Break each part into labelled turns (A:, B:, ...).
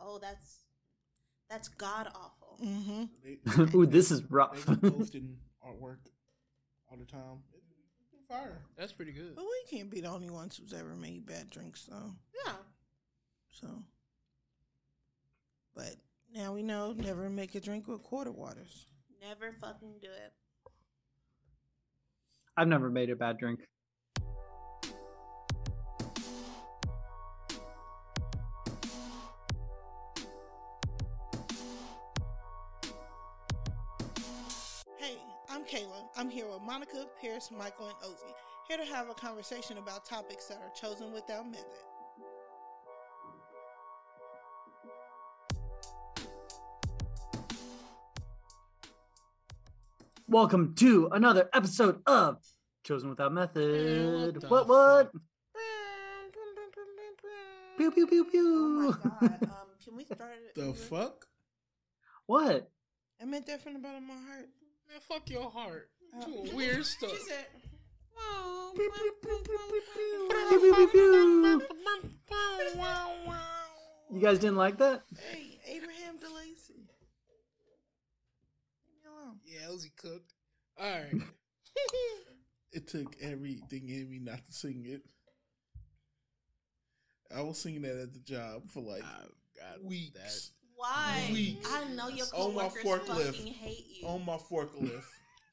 A: Oh, that's that's god awful.
B: Mm.
C: Mm-hmm.
B: They,
D: Ooh, this is
B: they
D: rough.
B: be posting artwork all the time. It's Fire.
E: That's pretty good.
C: But
A: Oh,
C: we can't be the only ones who's ever made bad drinks, though.
A: Yeah.
C: So, but now we know never make a drink with quarter waters.
A: Never fucking do it.
D: I've never made a bad drink.
C: Hey, I'm Kayla. I'm here with Monica, Pierce, Michael, and Ozzy. Here to have a conversation about topics that are chosen without method.
D: Welcome to another episode of Chosen Without Method.
E: the
D: what what?
E: fuck?
D: Pew pew pew
A: Oh my
D: pew.
A: god. Um, can we start it?
B: The
A: over?
B: fuck?
D: what?
C: I meant that from the bottom of my heart.
E: Man, fuck your heart.
C: Oh.
E: Doing weird stuff.
A: Uh, She said,
D: Pew, pew, pew, pew. You guys didn't like that?
C: Hey, Abraham DeLacy. Leave me alone.
E: Yeah, Uzi cooked. All right.
B: It took everything in me not to sing it. I was singing that at the job for like
D: Ah,
B: weeks
A: Why?
B: Weeks.
A: I know your
B: On my
A: coworkers
B: forklift.
A: fucking hate you.
B: on my forklift,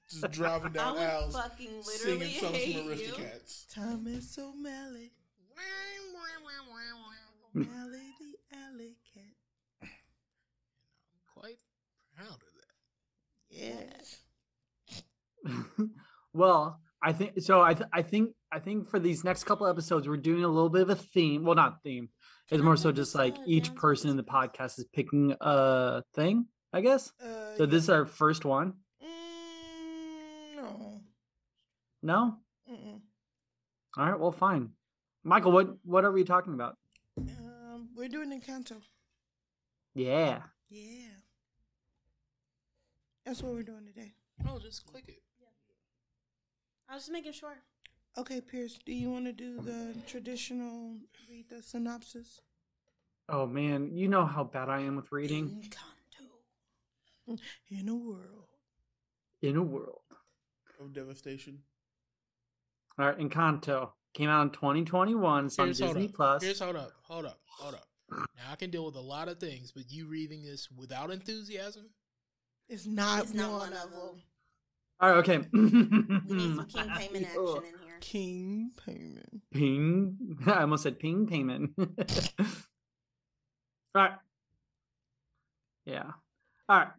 B: just driving
A: I
B: down
A: would
B: aisles,
A: fucking literally
B: singing songs
A: hate
B: from
A: you.
B: Aristocats.
C: Thomas O'Malley, O'Malley the Alley Cat.
E: Quite proud of
C: Yes.
D: well, I think so. I th- I think I think for these next couple episodes, we're doing a little bit of a theme. Well, not theme. It's more so just like each person in the podcast is picking a thing, I guess.
C: Uh,
D: So this is our first one.
C: Mm, no.
D: No?
C: Mm-mm.
D: All right. Well, fine. Michael, what what are we talking about?
C: Um, we're doing Encanto.
D: Yeah.
C: Yeah. That's what we're doing today.
E: that. No, just click it.
A: I was just making sure.
C: Okay, Pierce, do you want to do the traditional read the synopsis?
D: Oh man, you know how bad I am with reading.
A: Encanto.
C: In a world.
D: In a world.
B: Of devastation.
D: All right. Encanto came out in 2021. It's on
E: Here's-
D: Disney
E: hold up.
D: Plus.
E: Here's hold up, hold up, hold up. Now I can deal with a lot of things, but you reading this without enthusiasm?
C: It's not,
A: It's not
C: one,
A: one
C: of
A: of
C: them.
A: them.
D: All right. Okay. we
A: We need some King Payment action in here.
C: King Payment.
D: Ping. I almost said ping payment. All right. Yeah. All right.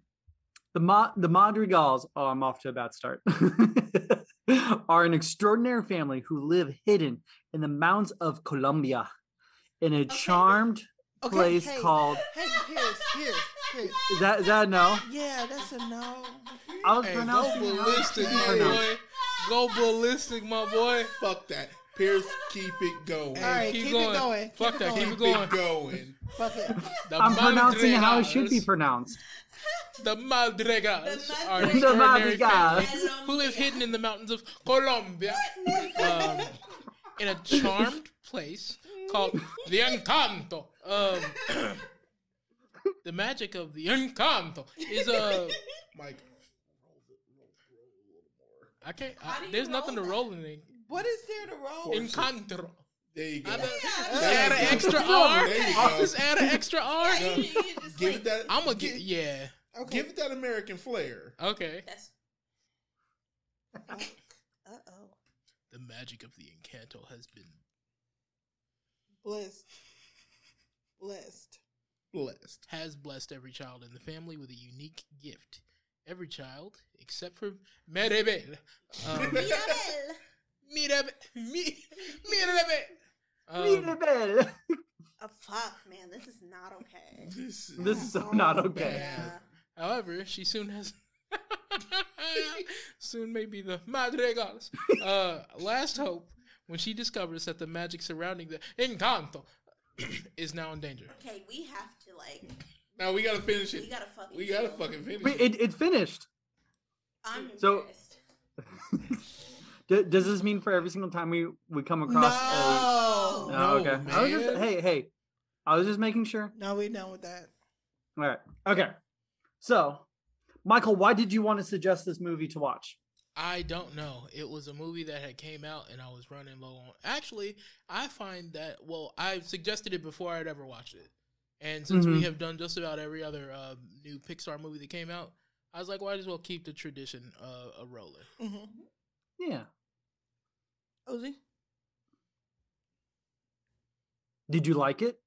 D: The Ma- the Madrigals. Oh, I'm off to a bad start. are an extraordinary family who live hidden in the mountains of Colombia, in a charmed
C: Okay,
D: place
C: hey.
D: called.
C: Hey, Pierce, Pierce, Pierce.
D: Is that is that a no?
C: Yeah, that's a no.
D: I was
E: Hey, go
D: pronouncing. it how it's
E: ballistic, my
D: pronounced.
E: boy. Go ballistic, my boy.
B: Fuck that. Pierce, keep it going.
C: All right, keep it going, keep
E: Fuck
C: it
E: that.
C: going.
E: Keep
B: keep
E: it going.
B: it going.
C: Fuck it.
E: The
D: I'm pronouncing it how it
E: Madrigals.
D: should be pronounced.
E: The Madrigals
A: The
E: are
A: Madrigals. um,
E: extraordinary
D: The Madrigals.
E: families who live hidden in the mountains of Colombia um, in a charmed place called the Encanto. Um, the magic of the Encanto is Uh,
B: Mike,
E: I can't.
A: How do
E: I,
A: you
E: there's nothing to
A: roll
E: roll in it.
C: What is there to roll?
B: Force.
E: Encanto.
B: there you go.
E: I don't-
A: Oh,
E: Just
B: There
E: add
B: you go.
E: an extra R.
B: There you
E: I'll
B: go.
E: just add an extra R.
A: Yeah, you- you just
B: Give
A: like-
B: it that.
E: I'm gonna
B: gi-
E: get. Yeah.
C: Okay.
B: Give it that American flair.
E: Okay.
A: That's
C: Uh oh.
E: The magic of the Encanto has been
C: Blessed. Blessed.
B: Blessed.
E: has blessed every child in the family with a unique gift. Every child, except for Mirabel. Um,
A: Mirabel.
E: Mirabel. Mi- Mirabel. Um,
D: Mirabel.
A: Oh, fuck, man. This is not okay.
B: This is
D: This is so not okay.
A: Yeah.
E: however, she soon has. soon may be the Madrigals. Uh, last hope when she discovers that the magic surrounding the Encanto is now in danger.
A: Okay, we have to, like,
B: now we gotta finish
A: we
B: it.
A: gotta fucking.
B: We gotta
A: chill.
B: fucking finish
D: Wait,
B: it.
D: it, it finished.
A: I'm
D: So-
A: embarrassed.
D: D- does this mean for every single time we we come across?
C: No.
D: A... Oh,
E: No,
D: okay. I was just,
E: man.
D: hey hey, I was just making sure.
C: No, we're done with that.
D: All right. Okay. So, Michael, why did you want to suggest this movie to watch?
E: I don't know. It was a movie that had came out and I was running low on. Actually, I find that well, I suggested it before I'd ever watched it. And since we
D: Mhm.
E: have done just about every other uh, new Pixar movie that came out, I was like, well, I just well keep the tradition uh, a rolling.
C: Mm-hmm.
D: Yeah.
C: Uzi?
D: Did you like it?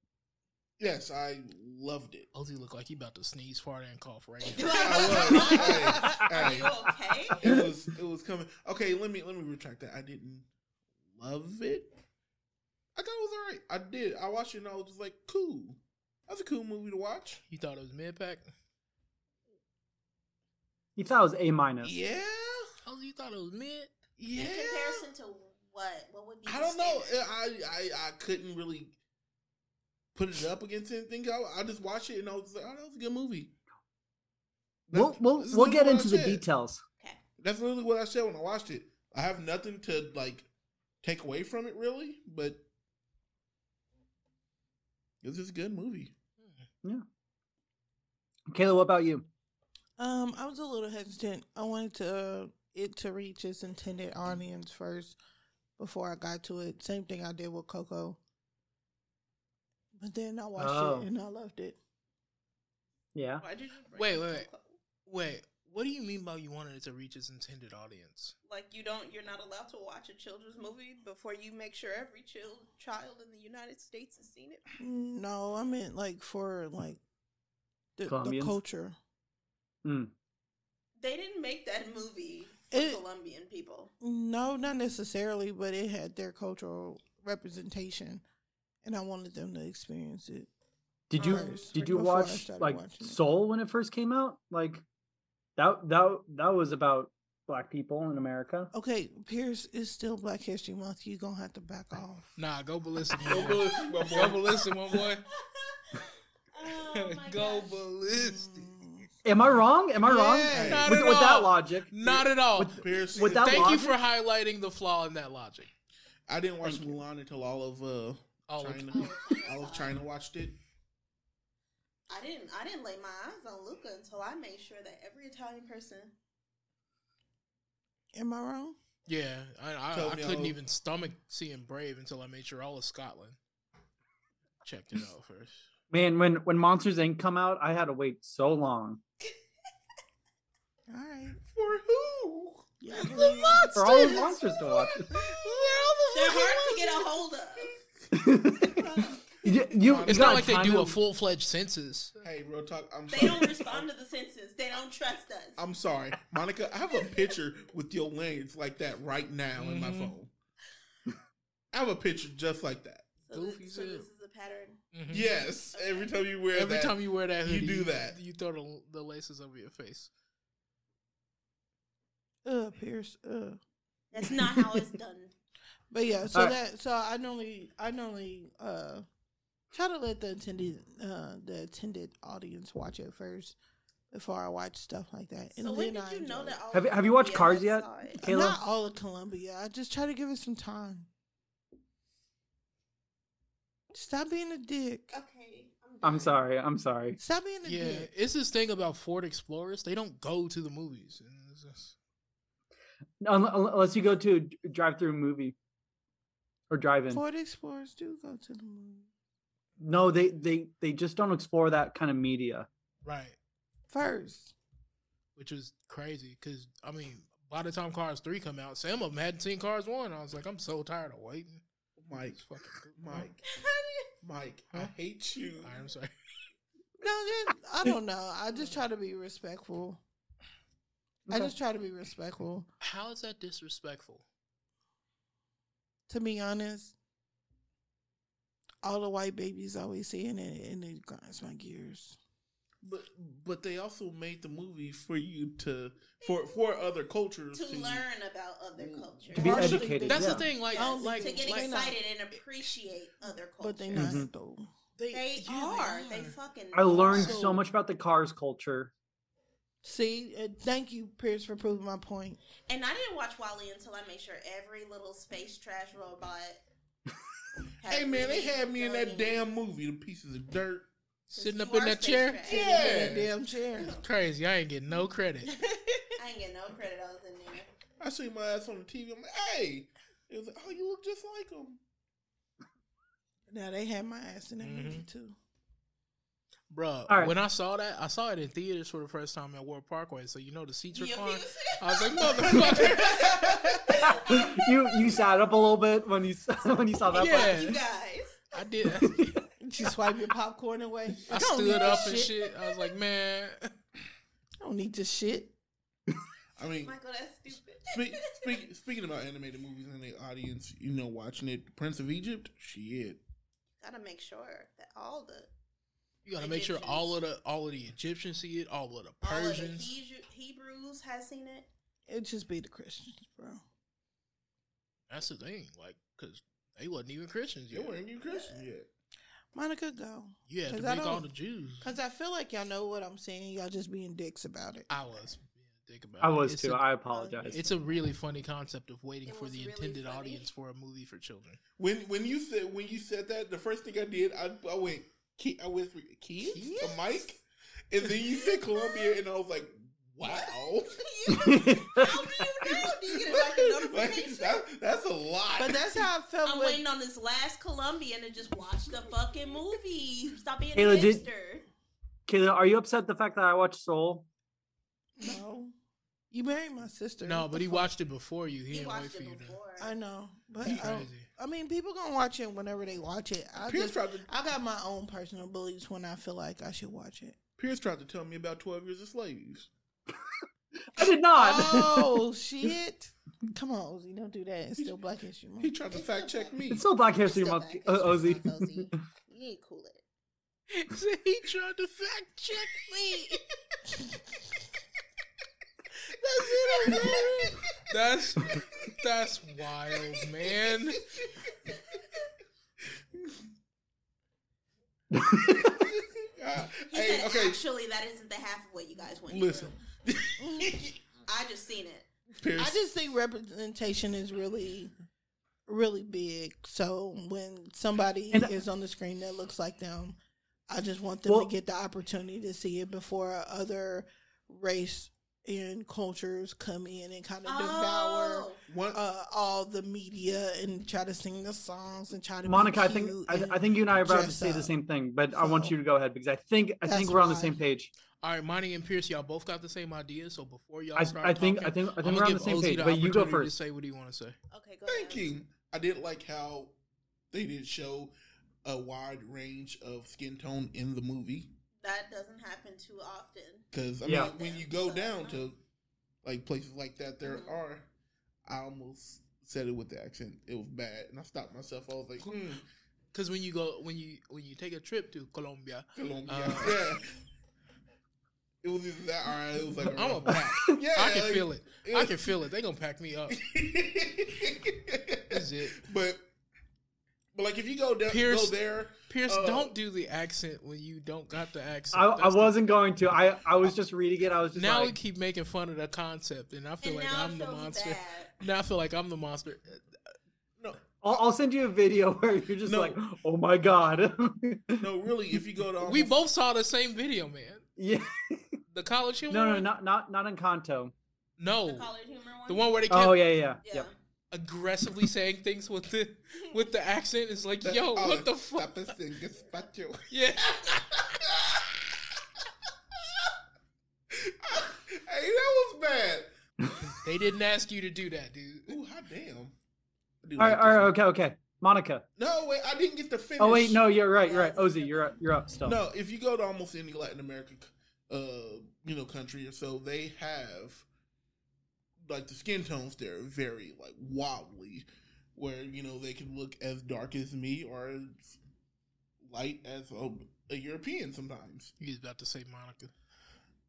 B: Yes, I loved it.
E: Ozzy look like he about to sneeze, fart, and cough right
A: Do
E: now.
A: I look
B: I
A: Are
B: was.
A: you okay?
B: It was it was coming. Okay, let me let me retract that. I didn't love it. I thought it was alright. I did. I watched it and I was just like, cool. That's a cool movie to watch.
E: You thought it was mid pack?
D: You thought it was A minus.
B: Yeah,
E: Ozzy, you thought it was mid?
B: yeah.
A: In comparison to what? What would be?
B: I
A: the
B: don't know.
A: standard?
B: I I I couldn't really put it up against anything. I, I just watched it and I was like, oh, that was a good movie.
D: We'll
B: That's-
D: we'll,
B: this is
D: we'll
B: literally
D: get
B: what I
D: into the
B: said.
D: details.
A: Okay.
B: That's literally what I said when I watched it. I have nothing to like take away from it really, but it's just a good movie.
D: Kayla, what about you?
C: Um, I was a little hesitant. I wanted to uh, it to reach its intended audience first before I got to it. Same thing I did with Coco. But then I watched
D: Oh.
C: it and I loved it.
D: Yeah.
A: Why did you bring
E: Wait,
A: up
E: wait, wait.
A: Coco?
E: Wait, what do you mean by you wanted it to reach its intended audience?
A: Like you don't, you're not allowed to watch a children's movie before you make sure every child child in the United States has seen it.
C: No, I meant like for like the, the
D: Colombians?
C: culture.
D: Mm.
A: They didn't make that movie for
C: It-
A: Colombian people.
C: No, not necessarily, but it had their cultural representation, and I wanted them to experience it.
D: Did you
C: First,
D: did you
C: before I
D: watch
C: started
D: like
C: watching it.
D: Soul when it first came out? Like that that that was about black people in America.
E: Oh,
C: Okay, Pierce is still Black History Month. You gonna have to back off.
E: Nah, go ballistic.
B: Go
E: my boy.
B: Bullets, my
E: Go
B: boy.
E: ballistic, my boy.
A: oh my
E: go
A: gosh.
E: ballistic.
C: Mm.
D: Am I wrong? Am I wrong?
E: Yeah, not
D: With,
E: at
D: with that
E: all.
D: logic.
E: Not at all.
D: With-
B: Pierce,
D: With that
E: Thank
D: logic,
E: you for highlighting the flaw in that logic.
B: I didn't watch
D: Thank you.
B: Mulan until all of uh
E: All of-
B: China,
A: Oh,
B: all of China watched it.
A: I didn't. I didn't lay my eyes on Luca until I made sure that every Italian person.
C: Am I wrong?
E: Yeah, I, I,
B: Tell
E: I
B: me
E: couldn't
B: how-
E: even stomach seeing Brave until I made sure all of Scotland checked it out first.
D: man, when when Monsters Inc. come out, I had to wait so long
C: All right.
B: For who?
C: Yeah,
E: The
C: believe-
E: monsters!
D: for all the monsters to watch.
A: They're hard to get a hold of.
D: you, you,
E: It's
D: you
E: not
D: gotta
E: like they
D: time
E: do
D: it-
E: a full fledged census.
B: Hey, real talk. I'm
A: They
B: sorry.
A: don't respond to the census. They don't trust us.
B: I'm sorry, Monica. I have a picture with your lanyards like that right now in my
E: Mhm.
B: phone. I have a picture just like that.
A: so, this,
E: goofy
A: so
E: too.
A: this is a pattern.
E: Mhm.
B: Yes, every time you wear
E: Every
B: that,
E: time you wear that
B: you
E: hoodie,
B: do that.
E: You throw the, the laces over your face.
C: Uh, Pierce. Uh.
A: That's not how it's done.
C: But yeah, so
D: Alright.
C: that so I normally I normally uh try to let the attended uh the attended audience watch it first before I watch stuff like that.
A: so when did
C: I
A: you know
C: enjoy
A: that? All
D: Have you-
A: of
D: have you watched
A: Colombia
D: Cars yet?
A: saw it?
C: it.
D: Kayla?
C: Not all of Columbia. I just try to give it some time. Stop being a dick.
A: Okay.
D: I'm
A: done.
D: sorry. I'm sorry.
C: Stop being a
E: Yeah,
C: dick.
E: it's this thing about Ford Explorers. They don't go to the movies. And it's just-
D: Un- un- Unless you go to a drive-through movie or drive-in.
C: Ford Explorers do go to the movies.
D: No, they they they just don't explore that kind of media.
E: Right,
C: First.
E: which is crazy because I mean, by the time Cars Three come out, some of them hadn't seen Cars One. I was like, I'm so tired of waiting.
B: Mike,
E: It's fucking good.
B: Mike, Mike, I
E: Huh?
B: hate you.
E: All right, I'm sorry.
C: No, that- I don't know. I just try to be respectful. I
D: Okay.
C: just try to be respectful.
E: How is that disrespectful?
C: to be honest, all the white babies always saying it, and it grinds my gears.
B: But but they also made the movie for you to for for other cultures
A: To learn about other
B: Mm.
A: cultures.
D: To be
C: Partially
D: educated.
E: That's
D: yeah.
E: the thing. Like,
A: Yes,
E: like,
A: to get
E: like-
C: they not.
A: excited and appreciate other cultures.
C: But they not
D: Mhm.
C: though.
E: They,
A: They
E: yeah,
A: are. They fucking.
D: I learned
A: are.
D: so,
E: So-
D: much about the cars culture.
C: See, uh, thank you, Pierce, for proving my point.
A: And I didn't watch Wally until I made sure every little space trash robot. had
B: Hey man, they
A: really
B: had me in
A: done
B: that damn movie, the pieces of dirt.
E: Sitting
A: you
E: up in
A: are
E: that
A: space
E: chair?
A: trash.
C: That
B: Yeah.
C: damn chair.
E: Crazy. I ain't getting no credit.
A: I ain't getting no credit. I was in there.
B: I see my ass on the TV. I'm like, hey. It was like, oh, you look just like him.
C: Now they had my ass in that movie
E: Mhm.
C: too.
E: Bruh,
D: All right.
E: when I saw that, I saw it in theaters for the first time at World Parkway. So you know the seats are
A: Yeah,
E: fine.
A: he was-
E: I was like, motherfucker.
D: you you sat up a little bit when you s- when you saw that. part.
E: yeah,
A: you guys.
E: I did.
C: Did you swipe your popcorn away?
E: I
C: don't need
E: stood up
C: this
E: and shit. I was like, man.
C: I don't need this shit.
B: I mean,
A: Michael, that's stupid.
B: Speak, speak, speaking about animated movies and the audience, you know, watching it, Prince of Egypt, shit.
A: Gotta make sure that all the
E: You gotta make sure
A: Egyptians.
E: all of the all of the Egyptians see it, all of the
A: all of the
E: Persians.
A: Hebrew, Hebrews has seen it.
C: It just be the Christians, bro.
E: That's the thing, like, cause they wasn't even Christians
B: They
E: yet.
B: weren't even Christian yet.
C: Monica, go.
E: You had to
C: 'Cause I
E: make all
C: don't-
E: the Jews.
C: Cause I feel like y'all know what I'm saying. Y'all just being dicks about it.
E: I was. Think about
D: I
E: it.
D: was
E: It's
D: too.
E: a-
D: I apologize.
E: It's a really funny concept of waiting
A: It
E: for
A: was
E: the
A: really
E: intended
A: funny.
E: audience for a movie for children.
B: When when you said when you said that, the first thing I did, I, I went, ki- I went through kids, to Mike, and then you said Columbia, and I was like, wow,
A: How do you know? Do you get it like a
B: Like,
A: notification?
B: that- that's a lot.
C: But that's how I felt.
A: I'm
C: with,
A: waiting on this last Colombian to just watch the fucking movie. Stop being
D: Kayla,
A: a
D: did-
A: hipster.
D: Kayla, are you upset the fact that I watched Soul?
C: No, you married my sister.
E: No,
C: What
E: but
C: the
E: he
C: fuck?
E: watched it before you. He,
A: He
E: didn't wait
A: watched
E: for you
A: it
E: to.
A: before. Oh.
C: I know, but
E: That's
C: I, don't-
E: crazy.
C: I mean, people gonna watch it whenever they watch it. I
B: Pierce
C: just,
B: tried to
C: I got my own personal beliefs when I feel like I should watch it.
B: Pierce tried to tell me about Twelve Years of Slaves.
D: I did not.
C: Oh shit! Come on, Ozzy, don't do that. It's still Black History
B: He
C: Month.
B: tried to fact check me.
D: it's still Black History
A: Still
D: Month,
A: back,
D: uh,
A: it's
D: Ozzy.
A: your fault, Ozzy. You ain't cool at it.
E: So he tried to fact check me. that's it, man. That's that's wild, man.
B: Uh,
A: He
B: hey,
A: said,
B: okay,
A: actually, that isn't the half of what you guys went
B: listen,
A: through. I just seen it.
B: Pierce.
C: I just think representation is really, really big. So when somebody
D: And I-
C: is on the screen that looks like them, I just want them
D: Well-
C: to get the opportunity to see it before other race and cultures come in and kind of devour
A: Oh,
B: One,
C: uh, all the media and try to sing the songs and try to be
D: Monica, I think
C: cute
D: I,
C: and-
D: I think you and I are about to
C: dress
D: say the
C: up.
D: same thing, but I want
C: So,
D: you to go ahead because I think I think
C: that's
D: we're on the
C: why.
D: same page.
E: All right, Monty and Pierce, y'all both got the same idea. So before y'all
D: I,
E: start
D: I think I
E: talking,
D: think I
E: I'm
D: think we're
E: gonna
D: on the
E: give
D: same
E: Ozzy
D: page.
E: the
D: But you go
E: opportunity
D: first.
E: To say what do you want to say?
A: okay, go
B: Thank
A: ahead.
B: you. I did like how they did show a wide range of skin tone in the movie
A: That doesn't happen too often.
B: because I
D: Yeah.
B: mean, when you go
A: So
B: down
A: that's
B: to like places like that, there
A: Mhm.
B: are. I almost said it with the accent. It was bad, and I stopped myself. I was like, hmm,
E: Because when you go when you when you take a trip to Colombia,
B: Colombia.
E: Uh.
B: yeah. It was either that, or it was like
E: I'm a
B: rough-
E: pack.
B: Yeah,
E: I can
B: like-
E: feel it. I can feel it. They gonna pack me up. That's it.
B: But, but like if you go down,
E: Pierce-
B: go there.
E: Pierce,
B: Uh,
E: don't do the accent when you don't got the accent.
D: I, I
E: That's the-
D: wasn't going to. I, I was just reading it. I was just
E: now we
D: like,
E: keep making fun of the concept, and I feel
A: And
E: like
A: now
E: I'm
A: it
E: the
A: feels
E: monster.
A: bad.
E: Now I feel like I'm the monster.
B: No,
D: I'll, I'll send you a video where you're just
B: No.
D: like, oh my god.
B: no, really. If you go
D: Oh,
B: to
E: We both saw the same video, man.
D: yeah.
E: The college humor.
D: No, no,
E: one?
D: not not not Encanto.
E: no.
A: The
E: Oh. The,
A: colored humor one.
E: one where they kept
D: Oh yeah, yeah,
A: Yeah.
D: yeah.
E: aggressively saying things with the with the accent. It's like, yo,
B: Oh,
E: what the fuck?
B: tapas and gazpacho.
E: Yeah.
B: hey, that was bad.
E: they didn't ask you to do that, dude.
B: Ooh, hot damn. I do
D: All
B: like
D: right,
B: this
D: all right,
B: one.
D: okay, okay. Monica.
B: No, wait, I didn't get to finish.
D: Oh wait, no, you're right, you're
A: Yeah,
D: right.
A: I was
D: Ozzy, you're up, you're up still.
B: No, if you go to almost any Latin American, uh, you know, country or so, they have like the skin tones. They're very like wobbly, where you know they can look as dark as me or as light as a, a European sometimes.
E: You was about to say Monica.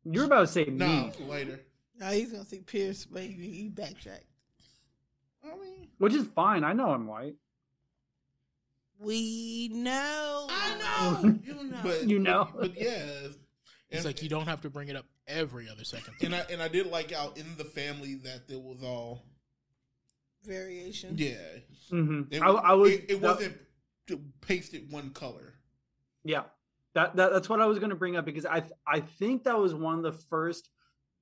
D: You're about to say
B: No,
D: me,
B: later.
C: Now he's gonna see Pierce, but he, he backtracked.
B: I mean,
D: which is fine. I know I'm white.
C: We know.
B: I know,
A: You know.
B: but
D: You know.
B: but, but yeah,
E: It's like you don't have to bring it up every other second.
B: And I and I did like out in the family that there was all
C: Variation.
B: yeah.
D: hmm
B: It,
D: I, I was.
B: It, it
D: that-
B: wasn't pasted one color.
D: Yeah, That, that that's what I was going to bring up because I th- I think that was one of the first,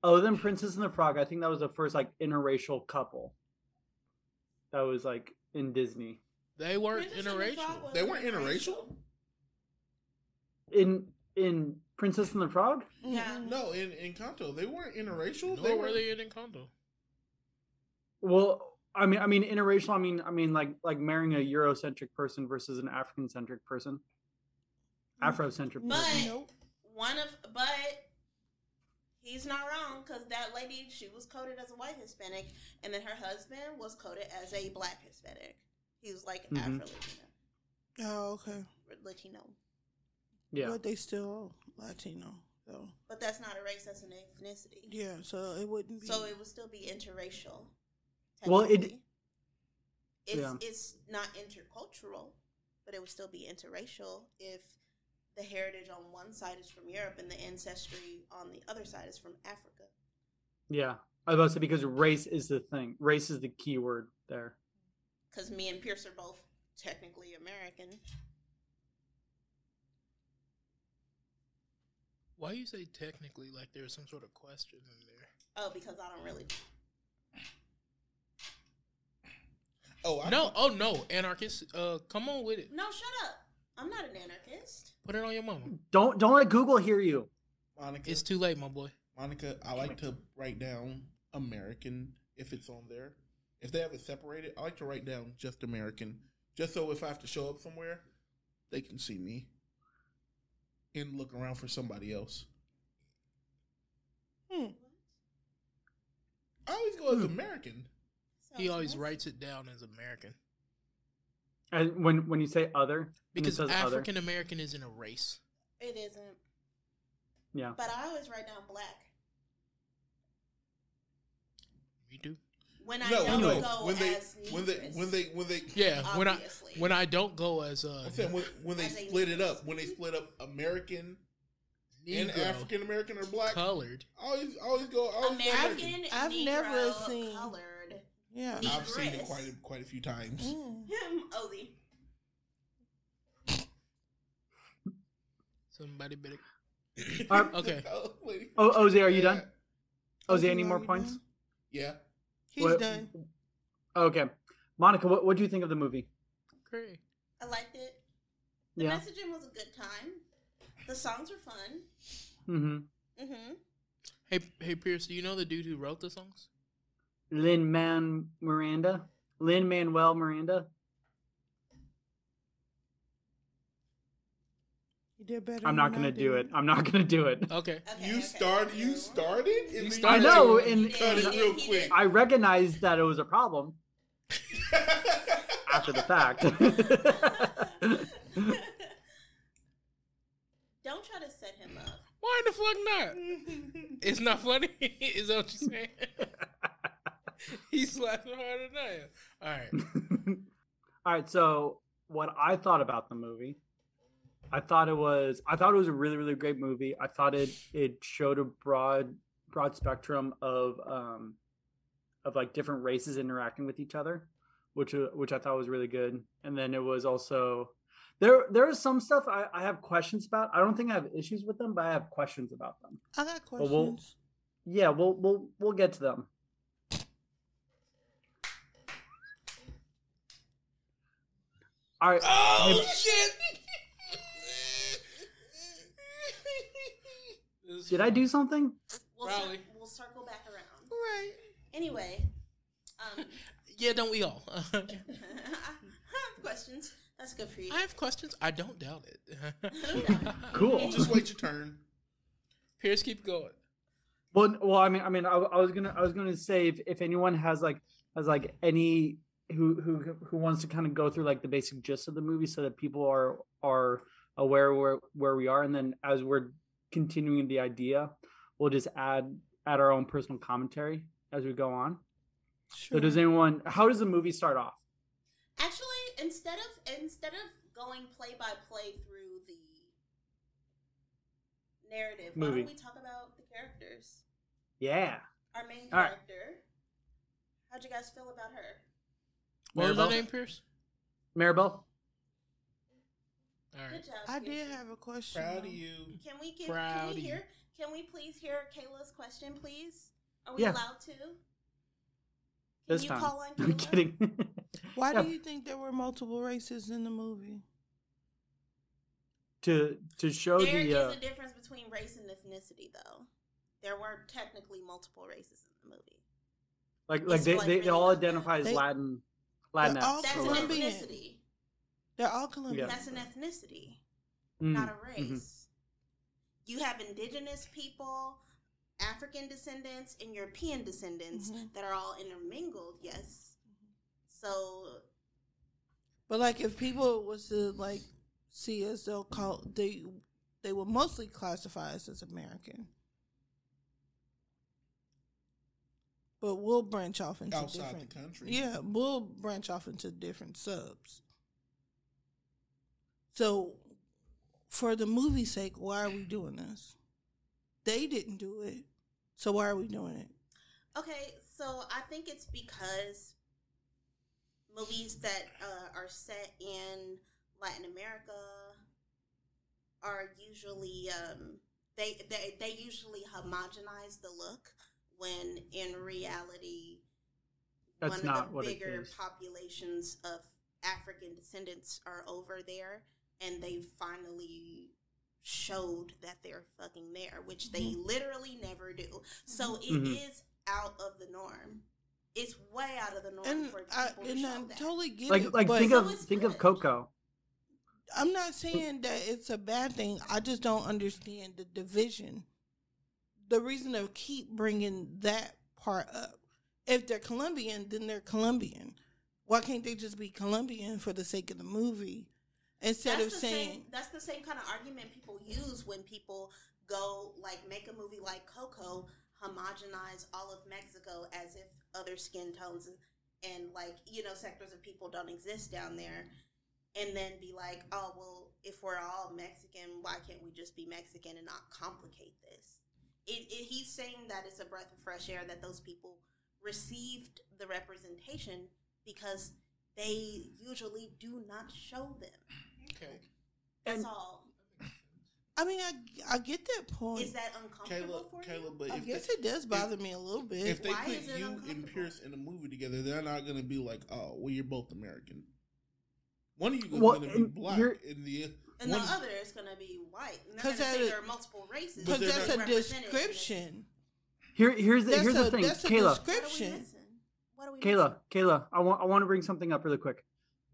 D: other than Princess and the Frog, I think that was the first like interracial couple. That was like in Disney.
E: They weren't
A: Princess and the
E: interracial.
A: Frog was
B: They weren't interracial.
D: In in Princess and the Frog,
C: Mm-hmm.
A: Yeah.
B: No, in in Kanto, they weren't interracial.
E: Nor
B: they
E: were
B: were.
E: they in Encanto.
D: well, I mean, I mean interracial. I mean, I mean like like marrying a Eurocentric person versus an African centric person,
C: Mm.
D: Afrocentric
A: But
D: person.
C: Nope.
A: one of but he's not wrong because that lady she was coded as a white Hispanic and then her husband was coded as a black Hispanic. He was like
D: Mhm.
A: Afro
C: Oh, okay.
A: Latino,
D: Yeah,
C: But they still Latino. So
A: but that's not a race. That's an ethnicity.
C: yeah, so it wouldn't be
A: So it would still be interracial.
D: Well, it-
A: technically. it's
D: Yeah.
A: it's not intercultural, but it would still be interracial if the heritage on one side is from Europe and the ancestry on the other side is from Africa.
D: yeah. I was about to say because race is the thing. Race is the key word there.
A: Because me and Pierce are both technically American.
E: Why you say technically like there's some sort of question in there?
A: Oh, because I don't really.
B: Oh, I,
E: No, oh no, anarchist. Uh, come on with it.
A: No, shut up. I'm not an anarchist.
E: Put it on your mama.
D: Don't don't let Google hear you.
B: Monica.
E: It's too late, my boy.
B: Monica, I like to write down American if it's on there. If they have it separated, I like to write down just American, just so if I have to show up somewhere, they can see me and look around for somebody else.
C: Hmm.
B: I always go
D: Hmm.
B: as American.
E: He always
A: Sounds
E: writes it down as American
D: And when when you say other, and it
E: because
D: says other,
E: African American isn't a race.
A: nice. It isn't.
D: yeah,
A: But I always write down black.
E: You do?
A: When I
B: No,
A: don't
B: no.
A: go
B: When they,
A: as
B: when they, when they, when they,
E: Yeah. When I
A: Obviously.
E: when I don't go as uh
B: I'm saying when, when they
A: As a-
B: split it up, when they split up American and
E: Negro,
B: African American or black, I
E: colored,
B: always, I always go. I always go
A: American,
C: I've
A: Negro,
C: never seen-
A: colored.
C: yeah.
A: Negro.
B: I've seen it
A: Negress.
B: quite a, quite a few times.
C: Mm.
A: Him, Ozzy.
E: somebody better.
D: Alright.
E: Okay.
D: Oh, Ozzy, are you done?
C: Ozzy,
D: Ozzy, any
C: are
D: more
C: you
D: points?
C: done?
B: Yeah.
C: He's
D: What-
C: done.
D: Okay, Monica, what what do you think of the movie?
E: Great.
A: I liked it. The
D: Yeah.
A: messaging was a good time. The songs were fun.
D: Mm-hmm.
A: Mm-hmm.
E: Hey, hey, Pierce. Do you know the dude who wrote the songs?
D: Lin Man Miranda, Lin Manuel Miranda.
C: You did better.
D: I'm
C: than
D: not
C: I
D: gonna do
C: did.
D: it. I'm not gonna do it.
E: Okay.
A: Okay,
B: You
A: okay.
B: start. You started. and
E: You
B: then you
E: started.
D: I know,
B: cut it-
D: and-
B: you cut it
A: and-
B: real
A: and he
B: quick.
A: did.
D: I recognized that it was a problem after the fact.
A: Don't try to set him up.
E: Why the fuck not? It's not funny. Is that what you saying? He's laughing harder than I am. All right.
D: All right, so what I thought about the movie, I thought it was I thought it was a really really great movie. I thought it it showed a broad broad spectrum of um of like different races interacting with each other, which uh, which I thought was really good. And then it was also there there is some stuff I, I have questions about. I don't think I have issues with them, but I have questions about them.
C: I got
D: we'll-
C: questions.
D: Yeah, we'll we'll we'll get to them. All right.
E: Oh
D: Hey-
E: shit! This-
D: Did I do something?
A: We'll, cir-
E: Probably.
A: we'll circle back around.
C: Right.
A: Anyway, um,
E: Yeah, don't we all?
A: I have questions. That's good for you.
E: I have questions. I don't doubt it.
A: Don't
D: Cool.
B: Just wait your turn.
E: Pierce, keep going.
D: Well, n- well, I mean, I mean, I, w- I was gonna, I was gonna say if, if anyone has like, has like any who who who wants to kind of go through like the basic gist of the movie so that people are are aware where where we are, and then as we're continuing the idea, we'll just add add our own personal commentary as we go on. So
C: Sure.
D: does anyone? How does the movie start off?
A: Actually, instead of instead of going play by play through the narrative, why
D: Movie.
A: don't we talk about the characters?
D: Yeah.
A: Our main
D: All right.
A: character. How'd you guys feel about her?
E: What was her
D: Maribel?
E: name, Pierce?
D: Maribel.
E: All right.
A: good job.
C: I did
A: Scoopy.
C: have a question.
B: Proud
C: though.
B: of you.
A: Can we get?
E: Proud
A: Can
E: of
A: we
E: you.
A: hear? Can we please hear Kayla's question, please? Are we
D: Yeah.
A: allowed to? Can
D: This
A: you
D: time.
A: call on
D: I'm
A: Kayla?
D: kidding.
C: Why
D: Yeah,
C: do you think there were multiple races in the movie?
D: to to show
A: There is
D: the uh,
A: a difference between race and ethnicity, though. There were technically multiple races in the movie.
D: like like they,
A: like
D: they, they
A: really
D: all
A: like
D: identify as
C: They-
D: Latin Latin.
C: all
A: That's an
C: Colombian.
A: ethnicity.
C: They're all Colombian.
D: Yeah. Mm-hmm.
A: That's an ethnicity,
D: Mm.
A: not a race. You have indigenous people, African descendants, and European descendants
C: Mhm.
A: that are all intermingled. Yes, so
C: But like, if people was to like see us, they'll call they they will mostly classify us as American. But we'll branch off into
B: Outside the
C: different
B: country.
C: Yeah, we'll branch off into different subs. So, for the movie's sake, why are we doing this? They didn't do it, so why are we doing it?
A: Okay, so I think it's because movies that uh, are set in Latin America are usually um, they, they they usually homogenize the look when in reality
D: That's
A: one
D: not
A: of the
D: what it
A: bigger
D: is.
A: populations of African descendants are over there and they finally showed that they're fucking there, which they
D: Mm-hmm.
A: literally never do. So it is
C: Mm-hmm.
D: Mhm.
A: out of the norm. It's way out of the norm
C: And
A: for
C: I
A: people
C: and
A: to
C: I
A: show that.
C: totally get
D: Like
C: it.
D: like
C: but
D: think
A: So
D: of
A: it's
D: think of
A: good.
D: Coco.
C: I'm not saying that it's a bad thing. I just don't understand the division. The reason to keep bringing that part up. If they're Colombian, then they're Colombian. Why can't they just be Colombian for the sake of the movie instead
A: that's
C: of
A: the
C: saying
A: same, that's the same kind of argument people use when people go like make a movie like Coco, homogenize all of Mexico as if other skin tones and like you know sectors of people don't exist down there, and then be like, oh well, if we're all Mexican, why can't we just be Mexican and not complicate this? It, it, he's saying that it's a breath of fresh air that those people received the representation because they usually do not show them.
E: Okay.
A: That's
D: And-
A: all.
C: I mean, I, I get that point.
A: Is that uncomfortable
B: Caleb,
A: for
B: Caleb,
A: you?
B: but
C: I
B: if
C: guess
B: they,
C: it does bother me a little bit.
B: if they
A: Why
B: put
A: is it
B: you and
A: uncomfortable?
B: Pierce in a movie together, they're not going to be like, oh, well, you're both American. One of you is
D: Well,
B: going to be
D: and
B: black,
D: you're-
B: and the
A: And
B: one,
A: the other is going to be white. Because
C: 'Cause that
A: there
C: is-
A: are multiple races.
C: Because
B: But they're
C: that's
B: not
C: a description.
D: Here here's the
C: That's
D: here's
C: a,
D: the thing.
C: That's a
D: Kayla,
C: description.
A: What are we
D: Kayla, Kayla, I want I want to bring something up really quick.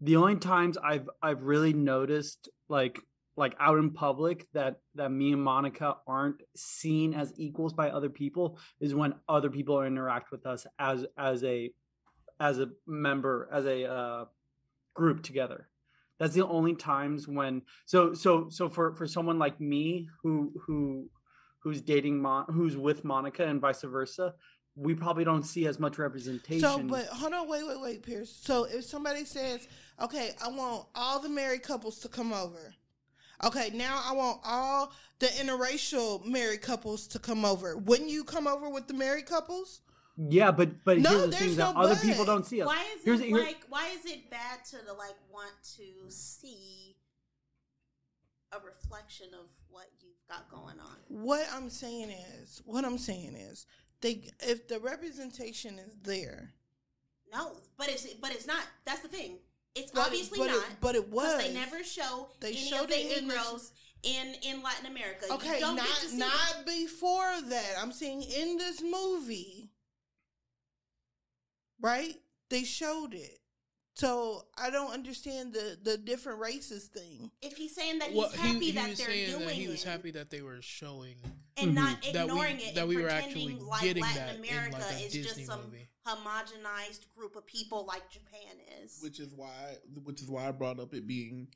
D: The only times I've I've really noticed like like out in public that that me and Monica aren't seen as equals by other people is when other people interact with us as as a as a member as a uh, group together. That's the only times when so so so for for someone like me who who who's dating Mon who's with Monica and vice versa, we probably don't see as much representation.
C: So, but hold on, wait, wait, wait, Pierce. So, if somebody says, "Okay, I want all the married couples to come over," okay, now I want all the interracial married couples to come over. Wouldn't you come over with the married couples?
D: yeah, but but
C: No,
D: here's the
C: there's
D: thing that
C: no
D: other
C: but.
D: people don't see us.
A: Why is
D: Here's-
A: it
D: here-
A: like? Why is it bad to like want to see a reflection of what you've got going on?
C: What I'm saying is, what I'm saying is, they if the representation is there,
A: No, but it's but it's not. That's the thing. It's
C: But it-
A: obviously
C: but it-
A: not.
C: but it
A: 'cause They
C: was.
A: never show
C: They
A: any
C: showed
A: of the
C: it in this-
A: Negroes in in Latin America. You
C: okay,
A: don't
C: not
A: get to see them.
C: not before that. I'm saying in this movie, right? They showed it. So I don't understand the the different races thing.
A: if he's saying that he's
E: Well,
A: happy
E: he, he
A: that
E: was
A: they're
E: saying
A: doing
E: that he
A: it
E: was happy that they were showing.
A: and
D: Mhm.
A: not
E: that we-
A: ignoring it
E: that
A: and
E: we were actually
A: pretending like
E: getting that
A: Latin
E: in, like,
A: America
E: that
A: is
E: Disney
A: just some
E: movie.
A: homogenized group of people like Japan is.
B: which is why, which is why I brought up it being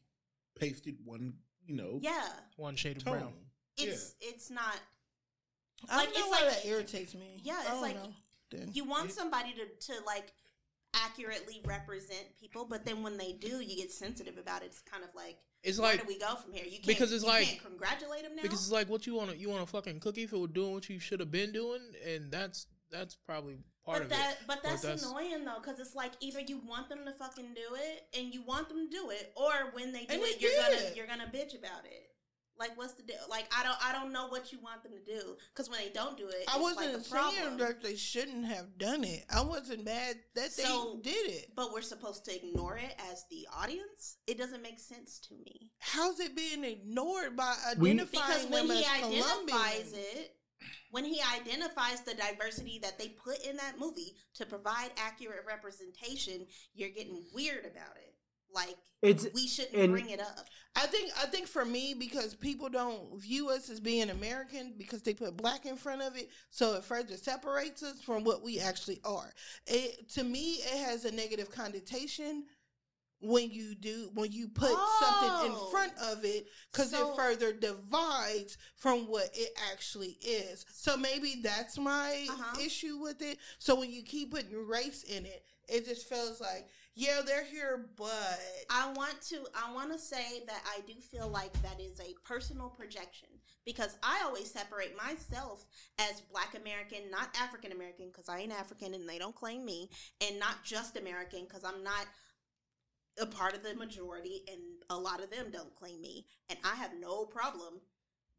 B: pasted one, you know,
A: yeah,
E: One shade of
B: tone.
E: brown.
A: it's it's not.
C: I
A: Like,
C: don't know
A: it's
C: why
A: like-
C: that irritates me.
A: Yeah,
C: I
A: it's
C: don't
A: like
C: know. Then.
A: You want somebody to to like accurately represent people, but then when they do, you get sensitive about it. It's kind of like.
E: It's
A: Where
E: like
A: do we go from here? You can't,
E: because it's
A: you
E: like-
A: can't congratulate them now.
E: because it's like what you want to you want a fucking cookie for doing what you should have been doing, and that's that's probably part
A: But
E: of
A: that,
E: it.
A: but that's,
E: that's-
A: annoying though, because it's like either you want them to fucking do it, and you want them to do it, or when they do
E: And
A: it,
E: they
A: you're
E: did
A: gonna
E: it.
A: you're gonna bitch about it. Like, what's the deal? Like, I don't I don't know what you want them to do, because when they don't do it, it's
C: I
A: like
C: wasn't
A: a
C: saying
A: problem.
C: that they shouldn't have done it. I wasn't mad that they
A: So-
C: did it.
A: But we're supposed to ignore it as the audience. It doesn't make sense to me
C: How's it being ignored by
D: We-
C: identifying
A: because when
C: them
A: he
C: as
A: identifies
C: Colombian?
A: it. When he identifies the diversity that they put in that movie to provide accurate representation, you're getting weird about it. Like
D: It's
A: we shouldn't
D: and-
A: bring it up.
C: I think I think for me because people don't view us as being American because they put black in front of it, so it further separates us from what we actually are. It to me it has a negative connotation when you do when you put something
A: Oh.
C: in front of it because
A: So-
C: it further divides from what it actually is. So maybe that's my
A: Uh-huh.
C: issue with it. So when you keep putting race in it, it just feels like yeah they're here, but
A: I want to I want to say that I do feel like that is a personal projection because I always separate myself as black American, not African American cuz I ain't African and they don't claim me, and not just American cuz I'm not a part of the majority and a lot of them don't claim me and I have no problem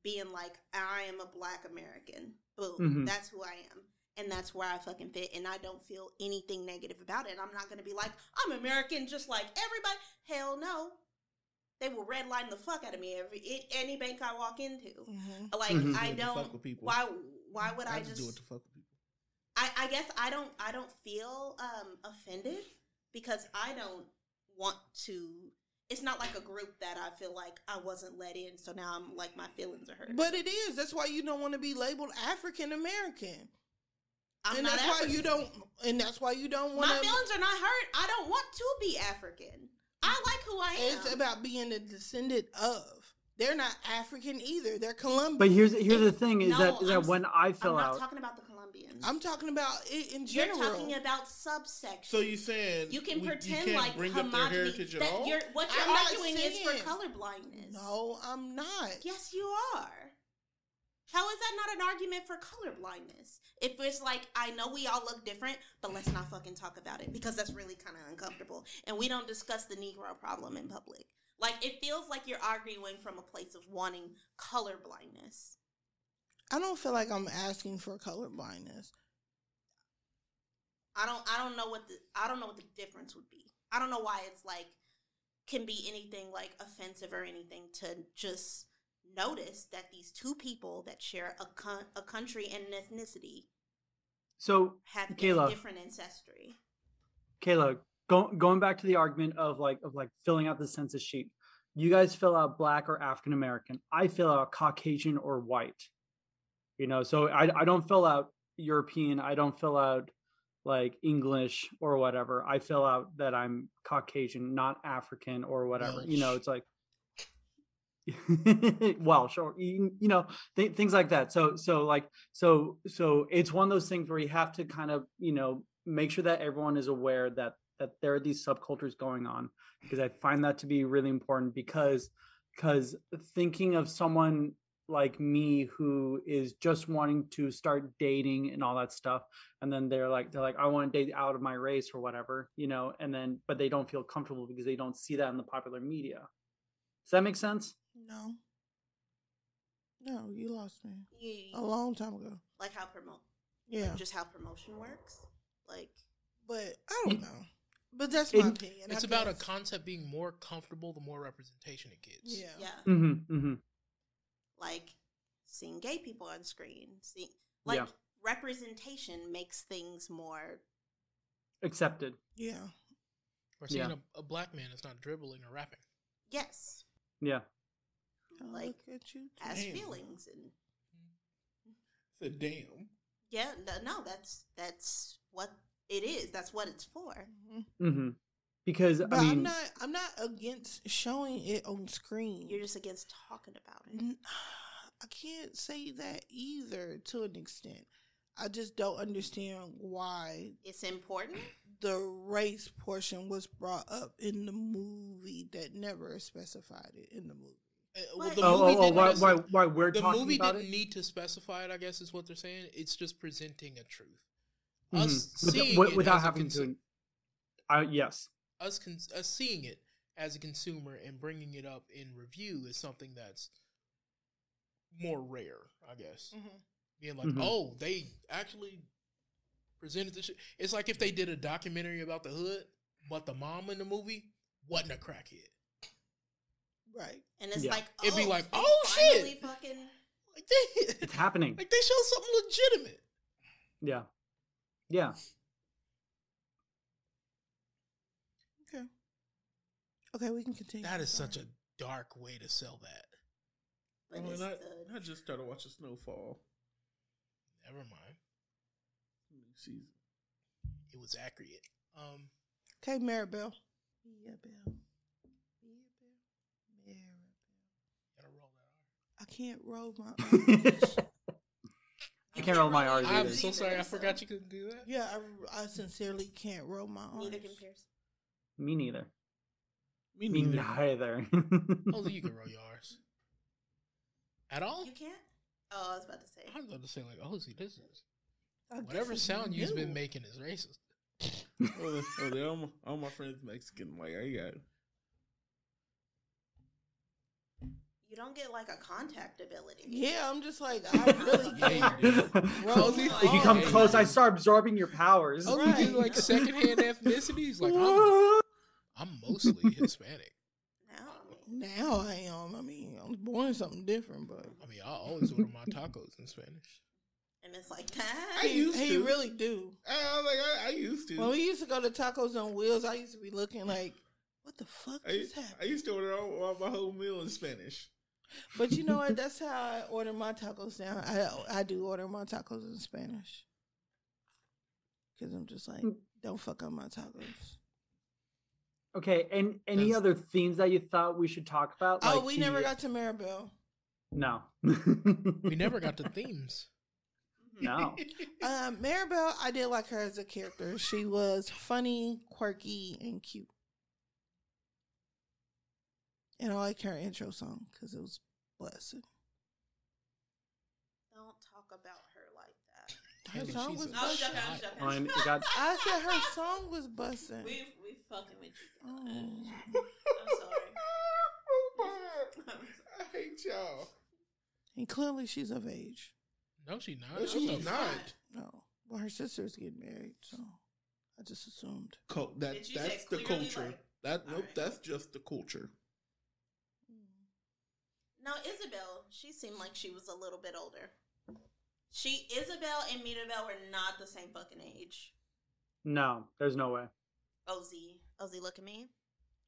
A: being like I am a black American. Boom.
D: Mhm.
A: That's who I am. And that's where I fucking fit and I don't feel anything negative about it. I'm not going to be like I'm American just like everybody. Hell no. They will redline the fuck out of me every i- any bank I walk into.
C: Mhm.
A: Like
D: Mhm.
A: I
F: Do it to Mm-hmm. fuck
A: don't
F: with people.
A: why why would I,
F: just,
A: just,
F: do it to fuck with people?
A: I, I guess I don't I don't feel um offended because I don't want to it's not like a group that I feel like I wasn't let in, so now I'm like my feelings are hurt.
C: But it is. That's why you don't want to be labeled African American,
A: I'm
C: and
A: not
C: that's
A: African.
C: why you don't. And that's why you don't
A: My
C: want to.
A: feelings are not hurt. I don't want to be African. I like who I am.
C: It's about being a descendant of. They're not African either. They're Colombian.
D: But here's here's the thing: is
A: No,
D: that is
A: I'm
D: that
A: s-
D: when I
A: I'm
D: fill
A: not
D: out,
A: talking about the Colombians.
C: I'm talking about it in
A: You're
C: general.
A: talking about subsections.
B: So you saying
A: You can
B: we-
A: pretend
B: can't
A: like
B: bring up
A: homogeny.
B: their heritage at
A: that
B: all?
A: You're, what you're
C: I'm not
A: arguing is for
C: saying-
A: colorblindness.
C: no, I'm not.
A: Yes, you are. How is that not an argument for colorblindness? If it's like, I know we all look different, but let's not fucking talk about it because that's really kind of uncomfortable. And we don't discuss the Negro problem in public. Like, it feels like you're arguing from a place of wanting colorblindness.
C: I don't feel like I'm asking for colorblindness.
A: I don't I don't know what the I don't know what the difference would be. I don't know why it's like can be anything like offensive or anything to just notice that these two people that share a con- a country and an ethnicity
D: so
A: have a
D: Kayla.
A: different ancestry.
D: Kayla, go, going back to the argument of like of like filling out the census sheet. You guys fill out black or African American. I fill out Caucasian or white. You know, so I I don't fill out European. I don't fill out like English or whatever. I fill out that I'm Caucasian, not African or whatever. You know,
B: Welsh.
D: it's like Welsh or e, you, you know th- things like that. So so like so so it's one of those things where you have to kind of you know make sure that everyone is aware that that there are these subcultures going on because i find that to be really important because because thinking of someone like me who is just wanting to start dating and all that stuff and then they're like they're like i want to date out of my race or whatever you know and then but they don't feel comfortable because they don't see that in the popular media does that make sense
C: No. No, you lost me
A: You,
C: a long time ago.
A: Oh, like how promote
C: Yeah,
A: just how promotion works. Like
C: but I don't know. But that's my
D: It-
C: opinion.
E: Mm. It's
C: I
E: about a
C: guess.
E: concept being more comfortable the more representation it gets.
C: Yeah.
A: yeah,
D: hmm
E: Mm-hmm,
D: hmm
A: like seeing gay people on screen, seeing like
D: Yeah.
A: representation makes things more
D: accepted
C: Yeah.
E: Or seeing
D: Yeah.
E: a, a black man that's not dribbling or rapping.
A: yes,
D: yeah
C: I'll
A: like
C: Oh, look at you.
A: has
B: Damn.
A: feelings and
B: Said, damn.
A: Yeah, no, no, that's that's what it is. That's what it's for.
C: Mhm.
D: hmm because
C: But
D: i mean
C: I'm not. I'm not against showing it on screen.
A: You're just against talking about it.
C: N- I can't say that either to an extent. I just don't understand why
A: It's important.
C: the race portion was brought up in the movie that never specified it in the movie.
E: Uh,
A: What?
E: the
D: oh, oh,
E: movie
D: oh
E: didn't
D: why,
E: necess-
D: why, why we're
E: the
D: talking
E: movie
D: about
E: didn't
D: it?
E: need to specify it. I guess is what they're saying. It's just presenting a truth. Us
D: Mhm. With-
E: seeing
D: wi-
E: it
D: without
E: as a
D: having
E: consu-
D: to. Uh, yes.
E: us, con- us seeing it as a consumer and bringing it up in review is something that's more rare, I guess.
A: Mm-hmm.
E: Being like,
D: Mhm.
E: oh, they actually presented this. Shit. It's like if they did a documentary about the hood, but the mom in the movie wasn't a crackhead.
C: Right.
A: And it's
D: Yeah.
A: like, oh,
E: It'd be like,
A: they
E: oh,
A: finally
E: shit.
A: Fucking,
E: Like they,
D: It's happening.
E: like they showed something legitimate.
D: Yeah. Yeah.
C: Okay, we can continue.
E: That is
C: Sorry.
E: such a dark way to sell that.
A: but
B: Oh,
A: it's
B: and I,
A: the-
B: I just started watching Snowfall
E: Never mind.
B: new season.
E: It was accurate. Um,
C: Okay, Maribel. Maribel. Maribel. Maribel.
E: gotta roll that
C: I can't roll my.
D: I can't roll my R's
E: R.
D: Neither
E: I'm so
A: either,
E: sorry. I forgot
A: so
E: you couldn't do that.
C: yeah, I, I sincerely can't roll my arms.
A: Neither can Pierce.
D: Me neither.
B: Me
D: Me
B: neither.
D: neither.
E: Only Oh, you can roll your R's. At all?
A: You can't? Oh, I was about to say.
E: I'm about to say like, oh, see, this is
C: I guess
E: whatever
C: it's
E: sound you've been
C: new.
E: making is racist.
B: oh, oh, they're all, my, all my friends Mexican. Like I got
A: You don't get like a contact ability.
C: Yeah, I'm just like I really
E: Yeah,
C: can't.
E: you do.
C: roll
E: Only-
C: my
D: if you come
C: arms.
D: close, I start absorbing your powers.
E: Oh,
C: Right.
E: you do like secondhand ethnicities. Like oh. I'm,
D: What?
E: I'm mostly Hispanic.
A: Now, I mean,
C: Now I am. I mean, I was born something different, but
E: I mean, I always order my tacos in Spanish.
A: and it's like,
B: I used
C: he
B: to.
C: really do.
B: I, I'm like I, I used to.
C: When we used to go to Tacos on Wheels, I used to be looking like, "What the fuck
B: I,
C: just
B: I
C: happened?"
B: used to order all, all my whole meal in Spanish.
C: But you know what? That's how I order my tacos now. I I do order my tacos in Spanish because I'm just like, don't fuck up my tacos.
D: Okay, and any
E: Does-
D: other themes that you thought we should talk about?
C: oh,
D: Like,
C: we
D: do
C: never
D: you-
C: got to Maribel.
D: No.
E: We never got the themes.
D: No.
C: Um, Maribel, I did like her as a character. She was funny, quirky, and cute. And I liked her intro song because it was blessed.
A: don't talk about her like that.
C: Her
E: Kelly,
C: song
E: she's
C: was
E: a-
A: I was
C: bussin'.
A: joking. I was joking.
D: Mine, it got-
C: I said her song was bussin'.
A: We we fucking with you.
C: Oh.
A: I'm sorry.
B: Oh, my. I hate y'all.
C: And clearly she's of age.
E: No, she not.
B: No,
E: What
B: she's
E: the fuck?
B: not.
C: No. Well, her sister's getting married, so I just assumed.
B: Cul- that
A: Did you say
B: that's the
A: clearly,
B: culture.
A: like-
B: that
A: All
B: nope,
A: right.
B: that's just the culture.
A: No, Mm. Isabel. She seemed like she was a little bit older. She Isabel and Mirabel were not the same fucking age.
D: no, there's no way.
A: Ozzy, Ozzy, look at me.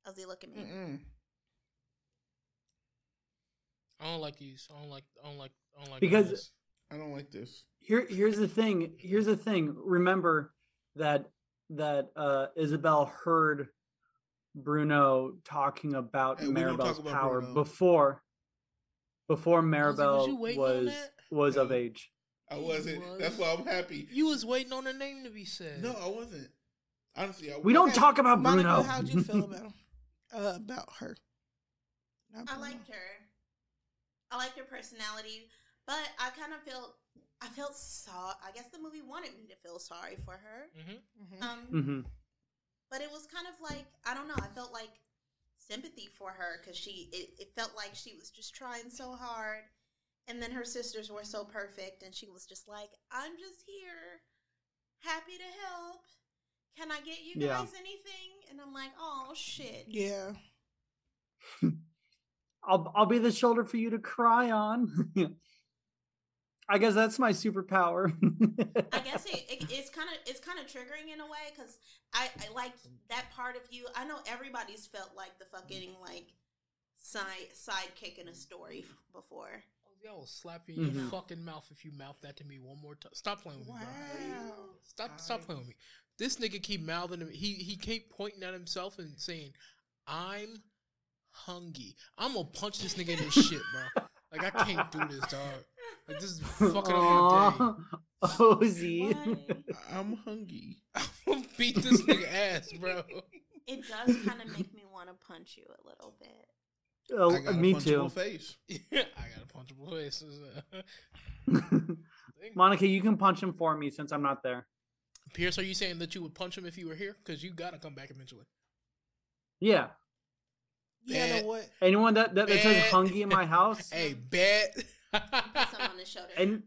A: Ozzy, look at me.
E: I don't like these. I don't like. I don't like. I don't like
D: Because-
E: this.
B: I don't like this.
D: Here, here's the thing. Here's the thing. Remember that that uh, Isabel heard Bruno talking about
B: Hey, we don't
D: Maribel's
B: talk about
D: power
B: Bruno.
D: before before
E: was
D: Maribel
E: you waiting
D: was
E: on that?
D: was of
B: No.
D: age.
B: I
E: You
B: wasn't.
E: was.
B: That's why I'm happy.
E: You was waiting on a name to be said.
B: No, I wasn't. Honestly, I
D: We don't talk about
C: Monica,
D: Bruno.
C: how'd you feel about him? Uh, about her. Not
A: I
C: Bruno.
A: liked her. I liked her personality, but I kind of felt I felt sorry. I guess the movie wanted me to feel sorry for her.
E: hmm
C: Mhm.
A: Um,
D: hmm
A: but it was kind of like I don't know. I felt like sympathy for her because she it, it felt like she was just trying so hard, and then her sisters were so perfect, and she was just like, "I'm just here, happy to help. Can I get you
D: Yeah.
A: guys anything?" And I'm like, "Oh shit."
C: Yeah.
D: I'll I'll be the shoulder for you to cry on. I guess that's my superpower.
A: I guess it, it it's kind of it's kind of triggering in a way because I, I like that part of you. I know everybody's felt like the fucking like side sidekick in a story before.
E: Y'all will slap you in your
D: Mhm.
E: fucking mouth if you mouth that to me one more time. Stop playing with me, bro.
C: Wow.
E: Stop, stop playing with me. This nigga keep mouthing him. He he keep pointing at himself and saying, "I'm hungry. I'm gonna punch this nigga in his shit, bro. Like I can't do this, dog. Like this is fucking up my day.
D: Ozzy.
A: Why?
B: I'm hungry.
E: I'm gonna beat this nigga ass, bro.
A: It does kind of make me want to punch you a little bit.
D: Oh,
B: I got
D: me
B: a punchable
D: too.
B: face.
E: I got a punchable face.
D: Monica, you can punch him for me since I'm not there.
E: Pierce, are you saying that you would punch him if you were here? Because you gotta come back eventually.
D: Yeah.
C: Yeah,
E: Bad.
C: know what?
D: Anyone that that, that says
E: Man.
D: hungy in my house,
E: Eh, Hey, bet.
A: Some on his shoulder.
D: and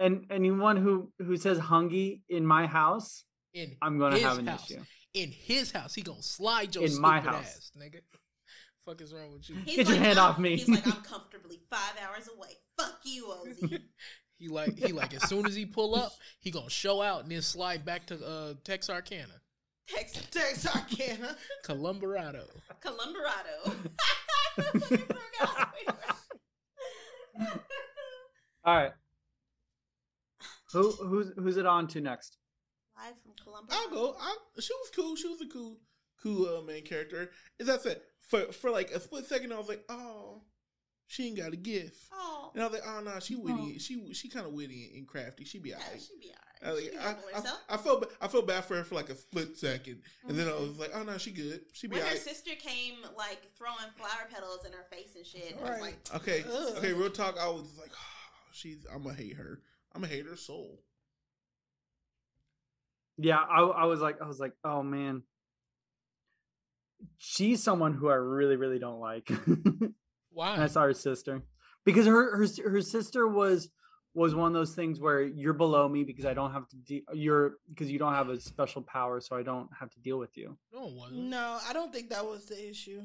D: and anyone who who says hungy in my house,
E: in
D: I'm gonna
E: his
D: have an
E: house.
D: issue.
E: In his house, he gonna slide your
D: In
E: stupid
D: my house.
E: ass, nigga. Fuck is wrong with you?
A: He's
D: Get your hand
A: I'm-
D: off me.
A: He's like, I'm comfortably five hours away. Fuck you, Ozzy.
E: He like he like as soon as he pull up, he gonna show out and then slide back to uh Texarkana,
A: Text
C: Texarkana.
E: Columbarado.
A: Columbarado. Fucking forgot.
D: All right. Who who's who's it on to next?
A: Live from Columbarado.
B: I'll go. I, she was cool. She was a cool, cool uh, main character. As I said, for for like a split second, I was like, oh, she ain't got a gift.
A: Oh,
B: And I was like, oh no, she witty.
A: Oh.
B: She she kind of witty and crafty. She be
A: yeah,
B: alright.
A: she'd be
B: I,
A: alright.
B: was
A: She'd
B: like,
A: be
B: I,
A: humble
B: I,
A: herself.
B: I felt I felt bad for her for like a split second, and then I was like, oh no, she good. She be
A: Mm-hmm. When her
B: alright.
A: sister came, like throwing flower petals in her face and shit, I was
C: Right.
A: like,
B: Okay,
C: Ugh.
B: okay, real talk. I was like, oh, she's. I'm gonna hate her. I'm gonna hate her soul.
D: Yeah, I, I was like I was like, oh man. She's someone who I really, really don't like.
E: Why?
D: That's our sister. Because her, her s- her sister was was one of those things where you're below me because I don't have to de- you're because you don't have a special power, so I don't have to deal with you.
E: no, it wasn't.
C: No, I don't think that was the issue.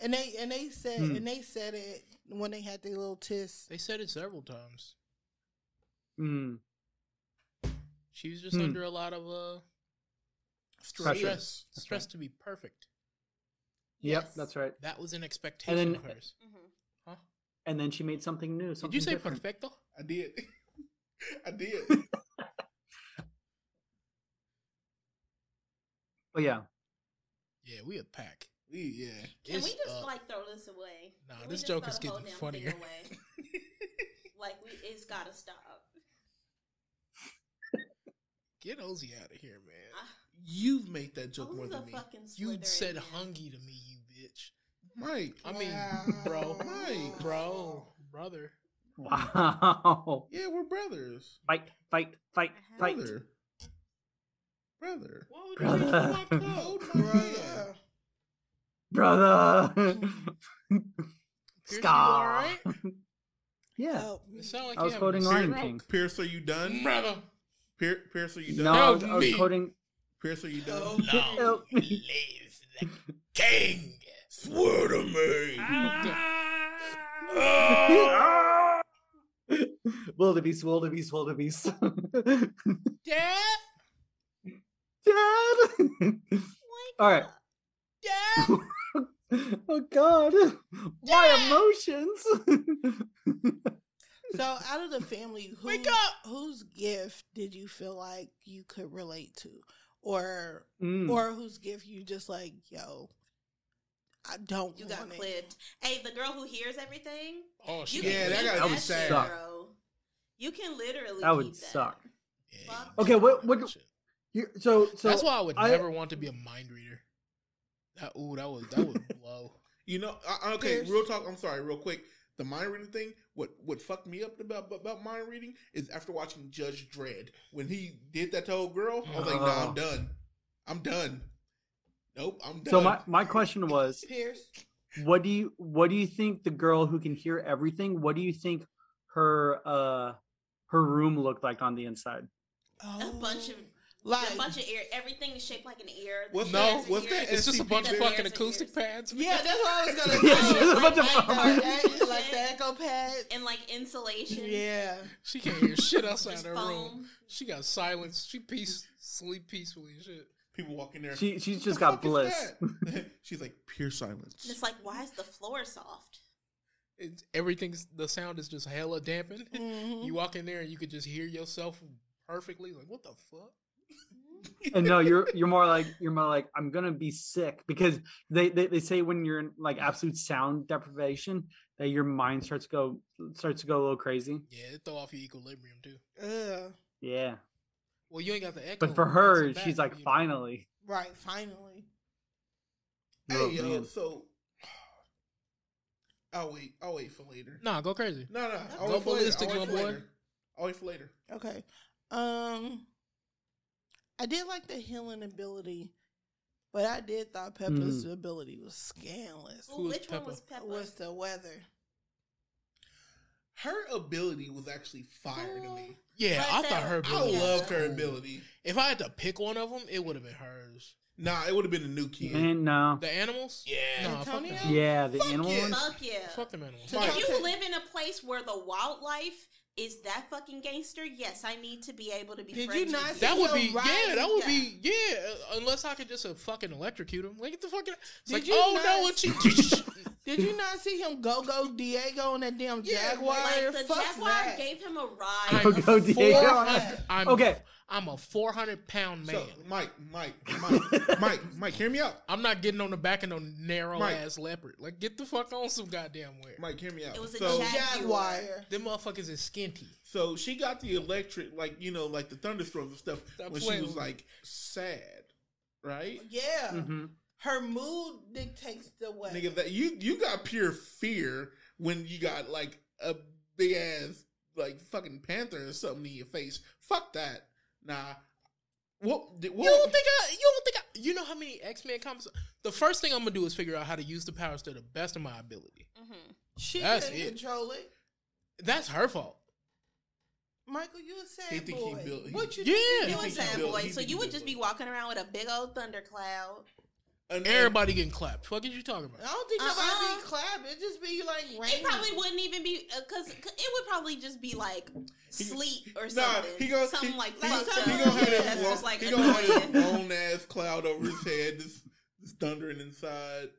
C: And they and they said
D: Hmm.
C: and they said it when they had their little test.
E: They said it several times.
D: Mm.
E: She was just
D: Hmm.
E: under a lot of uh
D: Pressure.
E: stress,
D: That's
E: stress
D: right.
E: to be perfect.
D: Yep,
A: Yes.
D: that's right.
E: That was an expectation
D: then-
E: of hers.
A: Mhm.
E: Huh?
D: And then she made something new. Something
E: Did you say
D: different.
E: perfecto?
B: I did. I did.
D: Oh yeah.
E: Yeah, we a pack.
B: We- yeah.
A: Can
E: It's uh,
A: we just
E: up.
A: like throw this away?
E: Nah,
A: Can we
E: this
A: just
E: joke
A: throw
E: is
A: the whole
E: getting
A: damn thing
E: funnier.
A: away? like, we, it's gotta stop.
E: Get Ozzy out of here, man.
A: I-
B: You've made that joke
A: Who's
B: more
A: a
B: than me.
A: fucking
E: You
A: Slytherin
E: said
A: man?
E: hungy to me, you bitch.
B: Mike.
E: I mean, bro,
B: Mike.
E: bro, brother.
D: Wow.
B: Yeah, we're brothers.
D: Fight, fight, fight,
A: Uh-huh.
D: fight.
B: Brother. Brother.
E: Why
D: you
E: would
D: Brother.
E: you
D: change
B: Oh,
E: my
B: my
C: Bruh.
B: God.
D: Brother.
E: Pierce, you
D: Scar.
E: alright?
D: yeah.
C: Help me.
E: It sound like
D: I
E: Oh, you
D: was
E: having a
D: quoting Lion
E: stroke.
D: King.
B: Pierce, are you done?
E: Brother.
B: Pier- Pierce, are you done?
D: No, I was,
E: Help
D: I was
E: me.
D: quoting
B: Pierce, are you done?
A: Oh,
C: Help.
E: Long
D: Help
E: live
D: me.
E: the king.
B: Swear to me.
A: Ah.
D: Wildebeest, Wildebeest, Wildebeest.
E: Dad?
D: Dad!
A: Wake
D: All right.
A: up.
E: Dad?
D: oh God! Why emotions?
C: So out of the family, who,
E: Wake up!
C: whose gift did you feel like you could relate to? Or
D: Mm.
C: or whose gift you just like, yo, I don't
A: You got
C: want it.
A: clipped. Hey, the girl who hears everything.
E: Oh,
A: You
E: shit.
A: can
B: Yeah, that
A: keep
B: gotta be sad.
A: shit, bro. You can literally.
D: That would
A: keep
D: suck.
E: Yeah,
A: Okay,
E: yeah,
D: what-
E: that
D: what-
E: shit.
D: You- so, so
E: That's why I would
D: I-
E: never want to be a mind reader. That ooh, that was that would blow.
B: You know, I, I- okay,
C: Pierce.
B: real talk. I'm sorry, real quick. The mind reading thing, what what fucked me up about about mind reading is after watching Judge Dredd when he did that to old girl. I was like, nah,
D: Oh.
B: I'm done. I'm done. Nope, I'm done.
D: so my, my question was,
C: Pierce.
D: what do you what do you think the girl who can hear everything? What do you think her uh her room looked like on the inside?
E: Oh.
A: A bunch of
C: like
A: a bunch of ear. Everything is shaped like an ear.
B: What's
A: The
B: that-
A: ears are
B: what's
A: ears.
B: that? It's
E: It's just a
B: CP
E: bunch of
A: barriers
E: fucking
A: and
E: acoustic
A: ears.
E: pads.
C: Yeah, that's what I was gonna
D: Yeah,
C: say.
A: Oh,
D: just a
C: like,
D: bunch of
C: like,
D: fucking-
C: that- like the echo pads.
A: and like insulation.
C: yeah.
E: She can't hear shit outside
A: Just
E: her room.
A: foam.
E: She got silence. She peace sleep peacefully and shit.
B: people walking there.
D: She she's
B: "What
D: just
B: the
D: got
B: fuck is
D: bliss.
B: that?" She's like pure
A: And
B: silence.
A: it's like, why is the floor soft?
E: It's, everything's the sound is just hella dampened.
A: Mm-hmm.
C: Mhm.
E: You walk in there and you could just hear yourself perfectly. Like what the fuck?
D: and no you're you're more like you're more like i'm gonna be sick because they, they they say when you're in like absolute sound deprivation that your mind starts to go starts to go a little crazy
E: Yeah, it throw off your equilibrium too.
C: Ugh.
D: yeah
E: Well, you ain't got the echo.
D: but for
E: bouncing
D: her
E: back
D: she's like
E: you.
D: finally
C: Right, finally.
B: Hey,
D: Oh,
B: yo,
D: man.
B: so I'll wait. I'll wait for later.
E: Nah, go crazy.
B: No, no, I'll
E: Go
B: wait for later.
E: ballistic,
B: I'll wait
E: my
B: for
E: boy.
B: later. I'll wait for later.
C: Okay. Um I did like the healing ability, but I did thought
E: Mm.
C: Peppa's ability was scandalous.
A: Ooh,
E: was
A: which
E: Peppa?
A: one was Peppa?
C: Was the weather?
B: Her ability was actually fire to me.
E: Yeah, I
A: But
E: thought
A: that-
E: her
B: I
E: ability.
A: Oh, Yeah.
B: loved her ability.
E: If I had to pick one of them, it would have been hers.
B: Nah, it would have been a new kid.
D: Man, no.
E: The animals?
B: Yeah.
E: No, fuck
C: Antonio?
E: them.
D: Yeah, the
B: Fuck
D: animal
B: yeah.
D: one.
A: Fuck yeah.
E: Fuck them animals.
B: Fuck
A: If
B: Content.
A: you live in a place where the wildlife is that fucking gangster, yes, I need to be able to be.
C: Did
A: friends
C: you
A: with
C: not
E: That
C: see
E: would
C: her
E: be yeah.
C: riding
E: That would
C: the-
E: be yeah. uh, Unless I could just uh, fucking electrocute him. Like get the fuck out. It's
C: Did
E: like
C: you
E: oh
C: not
E: no, and she.
C: Did you not see him go go Diego and that damn
B: Yeah,
C: Jaguar?
A: Like the
C: Fuck
A: jaguar
C: that.
A: gave him a ride.
E: I'm
D: Go,
E: a
D: Diego.
E: 400 I'm
D: Okay.
E: I'm a 400 pound man.
B: So, Mike, Mike, Mike, Mike, Mike, hear me out.
E: I'm not getting on the back of no narrow
B: Mike.
E: ass leopard. Like get the fuck on some goddamn way.
B: Mike, hear me out.
A: It was a
B: so,
A: jack-
C: Jaguar.
E: Them motherfuckers is skinty.
B: so she got the electric, like you know, like the thunderstorms and stuff
E: Stop
B: when she
E: playing
B: was
E: with me.
B: like sad, right?
C: Yeah.
E: Mm-hmm.
D: hmm
C: Her mood dictates the weather.
B: Nigga, that you you got pure fear when you got like a big ass like fucking panther or something in your face. Fuck that. Nah. What? did- what
E: You don't think I? You don't think I? You know how many X Men comics? The first thing I'm gonna do is figure out how to use the powers to the best of my ability.
A: Mhm.
C: she
E: That's
C: couldn't
E: it.
C: control it.
E: That's her fault.
C: Michael, you a sad
B: He think he
C: boy.
B: built- he-
C: what you
E: Yeah.
C: think
A: You
B: think
A: a
B: he
A: sad
B: built-
A: boy,
B: he
A: so
B: think
A: you
B: he
A: would just be
B: built
A: walking around with a big old thundercloud.
B: an-
E: Everybody getting clapped. Fuck is you talking
C: I
E: about?
C: don't think
A: Uh-uh.
C: nobody be clapping. It just be like raining.
A: It probably wouldn't even be because it would probably just be like sleep or
B: Nah,
A: something.
B: he gonna
A: something
B: he,
A: like
B: he,
A: fucked
B: he
A: up.
B: gonna have
A: that's
B: that long,
A: just like
B: he gonna have
A: annoying.
B: this long ass cloud over his head, this, this thundering inside.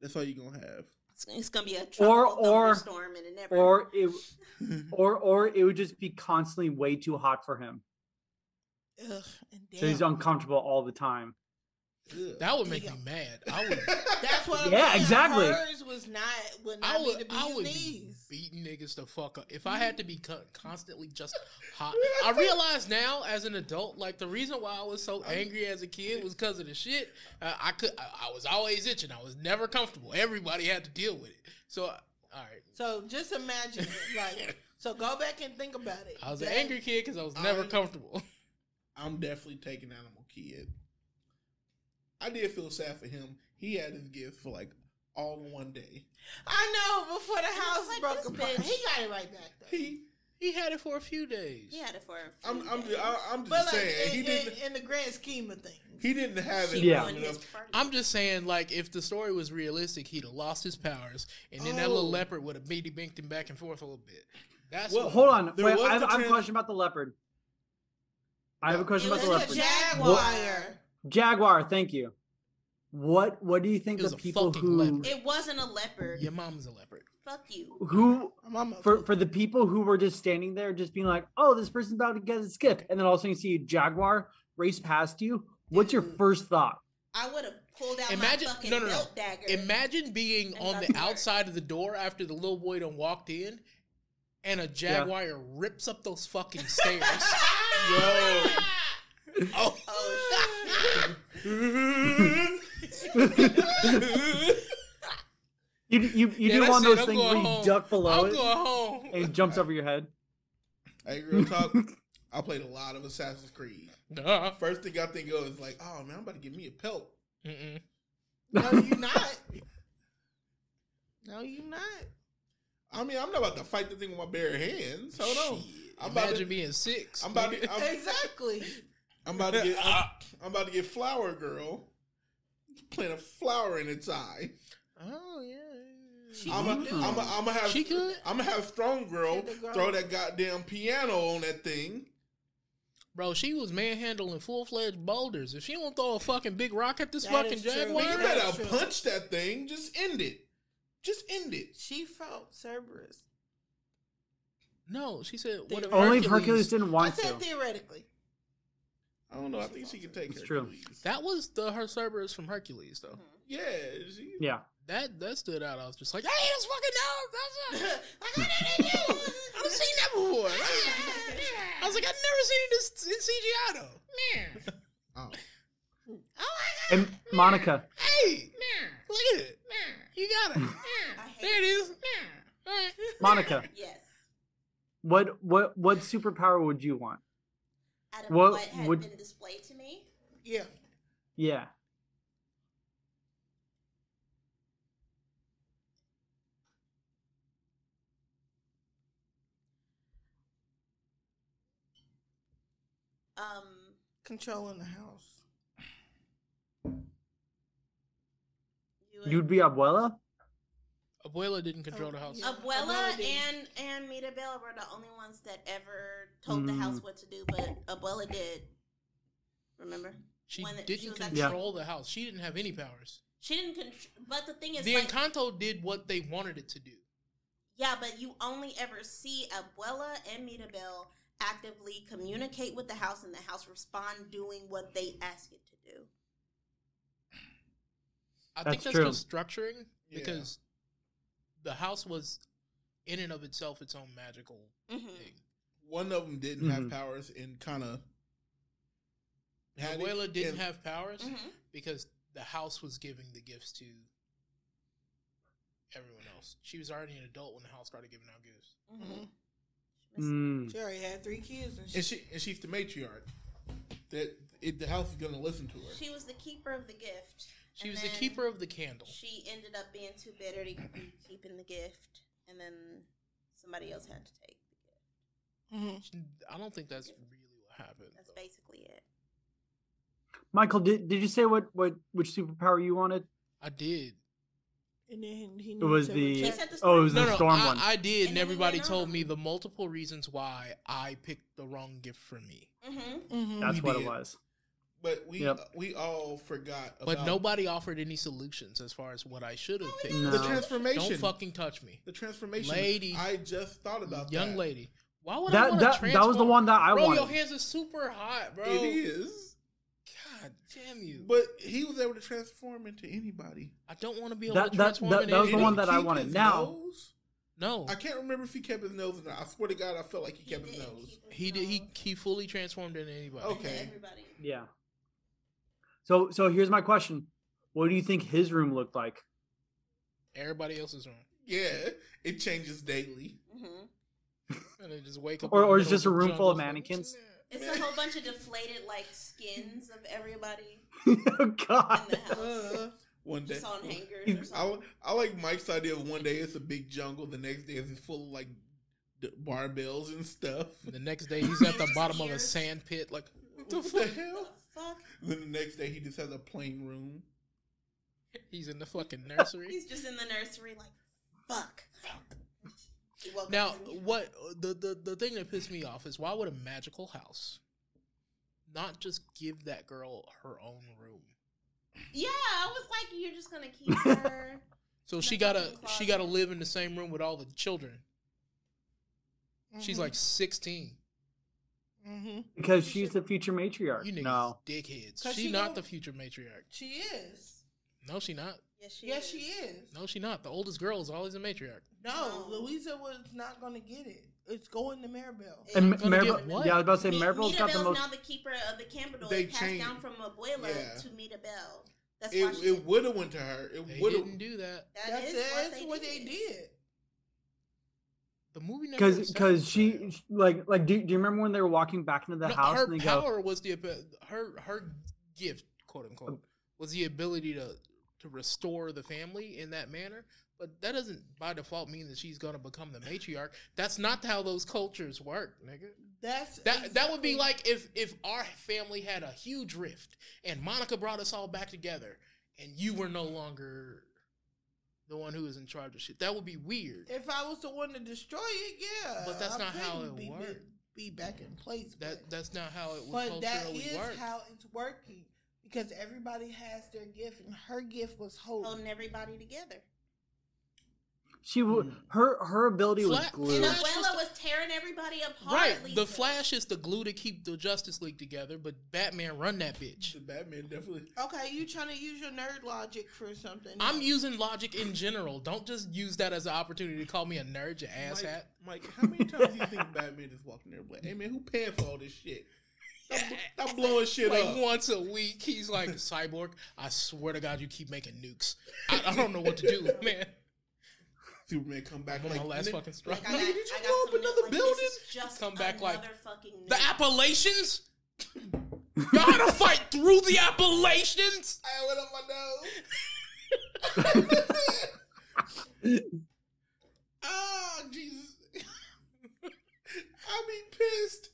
B: That's all you gonna have.
A: It's, it's gonna be a
D: Or-
A: tropical
D: or-
A: storm and it never.
D: Or it or or it would just be constantly way too hot for him.
C: Ugh, and
D: So he's
C: damn.
D: uncomfortable all the time.
B: Ugh.
E: That would make me mad. I would.
C: That's what. I'm
D: Yeah,
C: saying.
D: exactly.
C: Hers was not would not
E: I would.
C: be to be
E: I
C: his
E: would be
C: knees.
E: beating niggas to fuck up if I had to be co- constantly just hot. I realize now as an adult, like the reason why I was so angry as a kid was because of the shit. Uh, I could. I, I was always itching. I was never comfortable. Everybody had to deal with it. So. All right.
C: So just imagine, it, like, so go back and think about it.
E: I was an
C: That-
E: angry kid because I was never
B: I-
E: comfortable.
B: I'm definitely taking Animal Kid. I did feel sad for him. He had his gift for like all in one day.
C: I know before the
A: was
C: house
A: like,
C: broke
A: this
C: apart.
A: bitch.
C: He got it right back though.
B: He,
E: He had it for a few days.
A: He had it for. A
B: I'm,
A: few
B: I'm,
A: days.
B: just, I- I'm just
C: But like
B: saying he
C: in, in,
B: didn't.
C: in the grand scheme of things,
B: he didn't have it.
A: She
D: Yeah.
A: won
B: long enough.
A: his party.
E: I'm just saying, like, if the story was realistic, he'd have lost his powers, and then that
B: Oh.
E: little leopard would have meaty binked him back and forth a little bit. That's
B: Well,
E: what-
D: Hold on.
B: There
D: Wait,
B: was
D: I, have,
B: the
D: I have a
B: trans-
D: question about the leopard. I have a question
A: It was
D: about the
A: a
D: leopard.
A: jaguar.
C: Jaguar.
D: Jaguar, thank you. What what do you think
E: It was
D: the
E: a
D: people
E: fucking
D: who
E: leopard.
A: It wasn't a leopard.
E: your mom's a leopard.
A: Fuck you.
D: who
C: Mama,
D: for for the people who were just standing there, just being like, "Oh, this person's about to get a skip," and then all of a sudden you see a jaguar race past you. What's your first thought?
A: I would have pulled out
E: Imagine,
A: my fucking
E: no, no, no.
A: belt dagger.
E: Imagine being
A: And
E: on
A: got
E: the
A: smart.
E: outside of the door after the little boy done walked in, and a jaguar rips up those fucking stairs.
B: Yo.
E: oh,
D: You d- you you
E: Yeah,
D: do
E: that's
D: one of
E: it.
D: those
E: I'm
D: things
E: going
D: where you
E: home.
D: duck below
E: I'm
D: it
E: going home.
D: and it jumps over your head.
B: hey, real talk. I played a lot of Assassin's Creed.
E: Nah.
B: First thing I think of is like, oh man, I'm about to get me a pelt.
E: Mm-mm.
C: no, you not. No, you not.
B: I mean, I'm not about to fight the thing with my bare hands. Hold on.
E: Shit.
B: I'm about
E: Imagine
B: to,
E: being six.
B: I'm about to,
E: nigga.
B: I'm,
C: Exactly.
B: I'm about to get, I'm, I'm about to get Flower Girl. Plant a flower in its eye.
E: oh yeah.
C: She
B: I'm
C: can
B: gonna
C: do
B: I'm
E: Hmm.
C: it.
B: I'm have
E: She could.
B: I'm gonna have strong girl
C: Hit the girl.
B: throw that goddamn piano on that thing.
E: Bro, she was manhandling full fledged boulders. If she don't throw a fucking big rock at this
C: That
E: fucking
C: is true.
E: jaguar,
B: Well, you
C: That's
B: better
C: true.
B: punch that thing. Just end it. Just end it.
C: She felt Cerberus.
E: no, she said what if
D: Only
E: Only
D: if Hercules
E: Hercules.
D: didn't
C: I
D: want to.
C: said theoretically.
B: I don't know. I think she can take
D: It's
B: her.
D: true.
B: please.
E: That was the her Cerberus from Hercules though.
B: Yeah. She,
D: Yeah,
E: That that stood out. I was just like, hey, this fucking dog. That's a- I don't seen that before. I was like, I've never seen this in CGI though. Man,
B: Oh.
D: and Monica.
E: hey, look at it. You got
D: Hmm.
E: it. There it is. All right.
D: Monica,
A: Yes.
D: what what what superpower would you want?
A: Out of of
D: What
A: what, had
D: would-
A: been displayed to me.
C: Yeah.
D: Yeah.
A: Um,
C: Controlling the house.
A: you
D: You'd be Abuela?
E: Abuela didn't control the
C: Oh,
E: house.
C: yeah.
A: Abuela
C: Abuela did.
A: and and Mita Bell were the only ones that ever told the
D: Mm.
A: house what to do, but Abuela did. Remember,
E: She
A: When it- she
E: didn't
A: was at-
D: Yeah.
E: control the house. She didn't have any powers.
A: she didn't. Contr- but the thing is,
E: the
A: like,
E: Encanto did what they wanted it to do.
A: yeah, but you only ever see Abuela and Mita Bell actively communicate with the house, and the house respond doing what they ask it to do.
E: I
D: That's
E: think that's
D: true.
E: just structuring
B: Yeah.
E: because the house was in and of itself its own magical
A: Mm-hmm.
E: thing.
B: One of them didn't
D: Mhm.
B: have powers and kind of.
E: Abuela didn't have powers
A: Mm-hmm.
E: because the house was giving the gifts to everyone else. She was already an adult when the house started giving out gifts.
D: Mm.
C: She already had three kids and shit.
B: and she and she's the matriarch. That it, the house is gonna listen to her.
A: She was the keeper of the gift.
E: She
A: and
E: was
A: then
E: the keeper of the candle.
A: She ended up being too bitter to be keeping the gift, and then somebody else had to take.
C: Mhm.
E: I don't think that's really what happened.
A: That's
E: though.
A: basically it.
D: Michael, did, did you say what, what which superpower you wanted?
E: I did.
C: And then he
D: It was
C: needed to
D: the
A: She
C: reject-
A: said the
D: oh, it
A: story.
D: was
E: No,
D: the
E: no,
D: storm
E: I,
D: one.
E: I did,
A: And
E: and
A: then we
E: everybody
A: went
E: told
A: on.
E: me the multiple reasons why I picked the wrong gift for me.
A: Mm-hmm.
E: Mm,
C: Mhm.
D: That's
B: we
D: what it
B: did.
D: was.
B: But we
D: Yep.
B: we all forgot. About
E: But nobody offered any solutions as far as what I should have picked.
D: No.
B: the transformation.
E: Don't fucking touch me,
B: the transformation.
E: Lady.
B: I just thought about
E: young
B: that.
E: lady. Why would I
D: That
E: want
D: that
E: to
D: that was the one that I
E: bro, your
D: wanted.
E: hands are super hot, bro.
B: It is.
E: God damn you!
B: But he was able to transform into anybody.
E: I don't want to be able
D: That-
E: to
D: that-
E: transform
D: that-
E: into
D: that was the
E: anything.
D: one
B: Did he
D: that I
B: keep
D: wanted.
B: his
D: Now-
B: nose?
E: No,
B: I can't remember if he kept his nose or not. I swear to God, I felt like he, kept his
A: didn't
B: nose.
A: keep his
E: he did. He
A: nose.
E: he fully transformed into anybody.
B: Okay.
A: Everybody.
D: Yeah. So so here's my question: What do you think his room looked like?
E: Everybody else is wrong,
B: Yeah, it changes daily.
A: Mm-hmm.
E: and they just wake up.
D: Or-
E: in the
D: or
E: middle
D: it's just a
E: of the
D: room full of
E: jungle, like,
D: mannequins?
A: It's a whole bunch of deflated like skins of everybody
D: oh
A: in
D: God.
A: the house,
B: One day,
A: just on hangers or
B: I,
A: something.
B: I like Mike's idea of one day it's a big jungle, the next day it's full of like d- barbells and stuff.
E: The next day, he's at the
A: His
E: bottom of a
A: ears.
E: sand pit. Like,
B: What the hell?
A: What the fuck?
B: Then the next day he just has a plain room.
E: he's in the fucking nursery.
A: He's just in the nursery, like fuck. He woke up
E: now,
A: and-
E: what the, the the thing that pissed me off is why would a magical house not just give that girl her own room?
A: Yeah, I was like, you're just gonna keep her.
E: So she
A: Magic
E: gotta
A: in
E: she
A: closet.
E: gotta live in the same room with all the children.
A: Mm-hmm.
E: She's
C: Mhm.
E: like sixteen.
C: Mhm.
D: Because she's the future matriarch.
E: You niggas
D: No.
E: dickheads.
C: 'Cause
E: She,
C: she
E: not
C: know-
E: the future matriarch.
C: She is.
E: No, she not.
A: yes, she.
C: Yes,
A: is.
C: she is.
E: No, she not. The oldest girl is always a matriarch.
C: No,
A: No.
C: Louisa was not going to get it. It's going to Maribel.
A: It's
D: And
A: gonna
E: Maribel-
A: give
D: Maribel,
A: her-
D: yeah, I was about to say
A: Mi-
D: Maribel's
A: Mita
D: got the
A: Bell's
D: most.
A: now the keeper of the Campbell.
B: They
A: It passed
B: changed.
A: down from Abuela
B: Yeah.
A: to Mita Bell. That's why
B: It,
A: she.
B: it would have went to her.
E: They
B: It would have.
E: didn't do that.
A: that
C: That's
A: is
C: it.
A: what,
C: That's
A: they,
C: what
A: did.
C: they did.
E: The uh, movie never
D: Because
E: established
D: because she
E: that.
D: she- like like do, do you remember when they were walking back into the
E: No,
D: house
E: her
D: and they go
E: power was the abi- her her gift quote
D: Oh.
E: unquote was the ability to to restore the family in that manner. But that doesn't by default mean that she's gonna become the matriarch. That's not how those cultures work, nigga.
C: That's
E: That that would be
C: exactly-
E: like if if our family had a huge rift and Monica brought us all back together and you were no longer the one who was in charge of shit. That would be weird.
C: if I was the one to destroy it. Yeah,
E: But that's
C: I
E: not how
C: couldn't
E: it
C: be,
E: worked.
C: Be back in place.
E: That
C: but-
E: that's not how it would
C: But that
E: culturally
C: is
E: work.
C: how it's working because everybody has their gift, and her gift was hope.
A: holding everybody together.
D: she
B: Hmm.
D: would her her ability was
E: Flat-
D: glue.
A: And
E: Flash
A: Abuela
E: was
A: was tearing everybody apart.
E: right. The
A: Lisa.
E: Flash is the glue to keep the Justice League together, but Batman run that bitch.
B: The Batman definitely.
C: Okay, you trying to use your nerd logic for something?
E: I'm using logic in general. Don't just use that as an opportunity to call me a nerd, you
B: Mike,
E: asshat.
B: Mike, how many times do you think Batman just walked in there? Like, hey man, who paying for all this shit? Stop, stop blowing shit
E: like
B: up.
E: once a week. He's like cyborg. I swear to God, you keep making nukes. I, I don't know what to do, man.
B: Superman come back
E: On
B: like
E: my last
B: "Ni-
E: fucking strike.
A: Like, I
B: Nigga,
A: got,
B: did you
A: I got
B: blow up
A: some new-
B: another
A: like, this
B: building?
A: is Just
E: Come back like,
A: another fucking.
E: The
A: new-
E: Appalachians. Y'all had to fight through the Appalachians.
B: I went up my nose. oh, Jesus. I'll be pissed.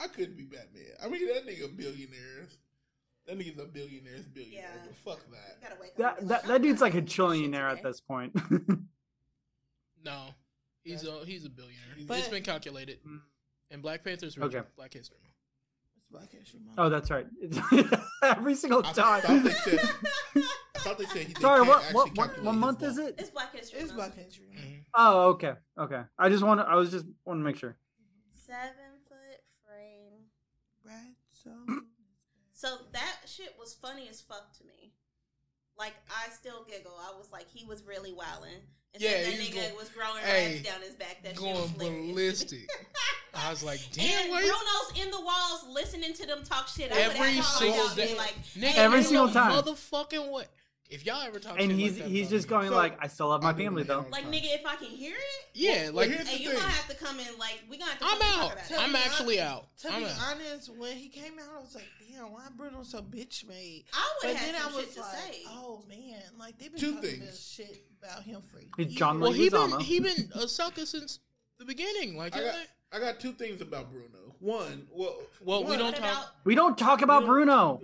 B: I couldn't be Batman. I mean, that nigga a billionaire. That nigga's a billionaire's billionaire.
A: Yeah.
B: But fuck that.
A: You gotta wake up.
D: That
A: and be
D: that,
A: like,
D: that dude's like a
A: "I'm gonna do
D: trillionaire at
A: shit
D: this point.
E: No, he's a he's a billionaire.
C: But-
E: it's been calculated. And Black Panther's
D: Okay.
E: okay. Black History. Month.
C: It's Black History Month.
D: oh, that's right. Every single
B: I thought
D: time.
B: they said. I thought they said he. they
D: Sorry,
B: can't
D: what
B: actually
D: what what,
B: calculate
D: what
B: his
D: month is
B: wealth.
A: today."
D: it?
A: It's Black History.
C: it's Black
A: Month.
C: History Month.
E: Mhm.
D: Oh, okay, okay. I just want to. I was just want to make sure.
A: Seven foot frame.
E: Mm-hmm.
C: Right? So.
A: So that shit was funny as fuck to me. Like I still giggle. I was like, he was really wildin'. And so
E: Yeah,
A: that
E: he's
A: nigga
E: going-
A: was growing
E: Hey,
A: rats down his back. That shit was
E: Going
A: hilarious.
E: ballistic. I was like, damn,
A: and
E: why you
A: Bruno's in the walls listening to them talk shit. I
E: Every
A: would have to call
E: single
A: him out and be
E: day.
A: Like,
E: Nigga,
D: Every
E: ain't
D: single
E: no
D: time.
E: Motherfucking what? If y'all ever talk
D: And
E: shit
D: he's
E: like that
D: he's
E: about
D: just
E: me-
D: going
B: So-
D: like, I still love my
B: I do
D: family
B: that
D: though.
B: all the
A: like
B: time.
A: nigga, if I can hear it,
E: Yeah,
B: Well,
E: like
B: here's
A: hey,
B: the
A: you
B: thing.
A: gonna have to come in. Like we gonna have to.
E: I'm
A: come and
E: out.
A: Talk about it.
C: To
E: I'm
C: be
E: actually
C: hon-
E: out.
C: To
E: I'm
C: be
E: out.
C: honest, when he came out, I was like, damn, why Bruno so bitch made?
A: I
C: But
A: would
C: then
A: have
C: I
A: some
C: was
A: shit to
C: like,
A: say.
C: oh man, like they've been
B: Two
C: talking
B: things.
C: this shit about him for
D: Hey,
C: years.
D: John
E: Well, he been
D: Leguizamo.
E: he been a sucker since the beginning. Like,
B: I
E: you're
B: got-
E: like-
B: I got two things about Bruno. One, well,
E: well, we
B: one-
E: don't
A: What
E: talk.
A: about-
D: We don't talk about Bruno.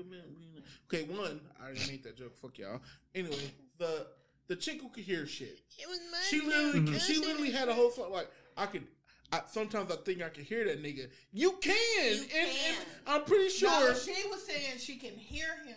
B: Okay, one, I already made that joke. Fuck y'all. Anyway, the the chick who could hear shit.
E: It was my
B: She literally,
D: Mhm.
B: she literally had a whole song like I could. I, sometimes I think I can hear that nigga. You can,
A: You
B: and, and
A: can.
B: I'm pretty
C: No,
B: sure.
C: she was saying she can hear him,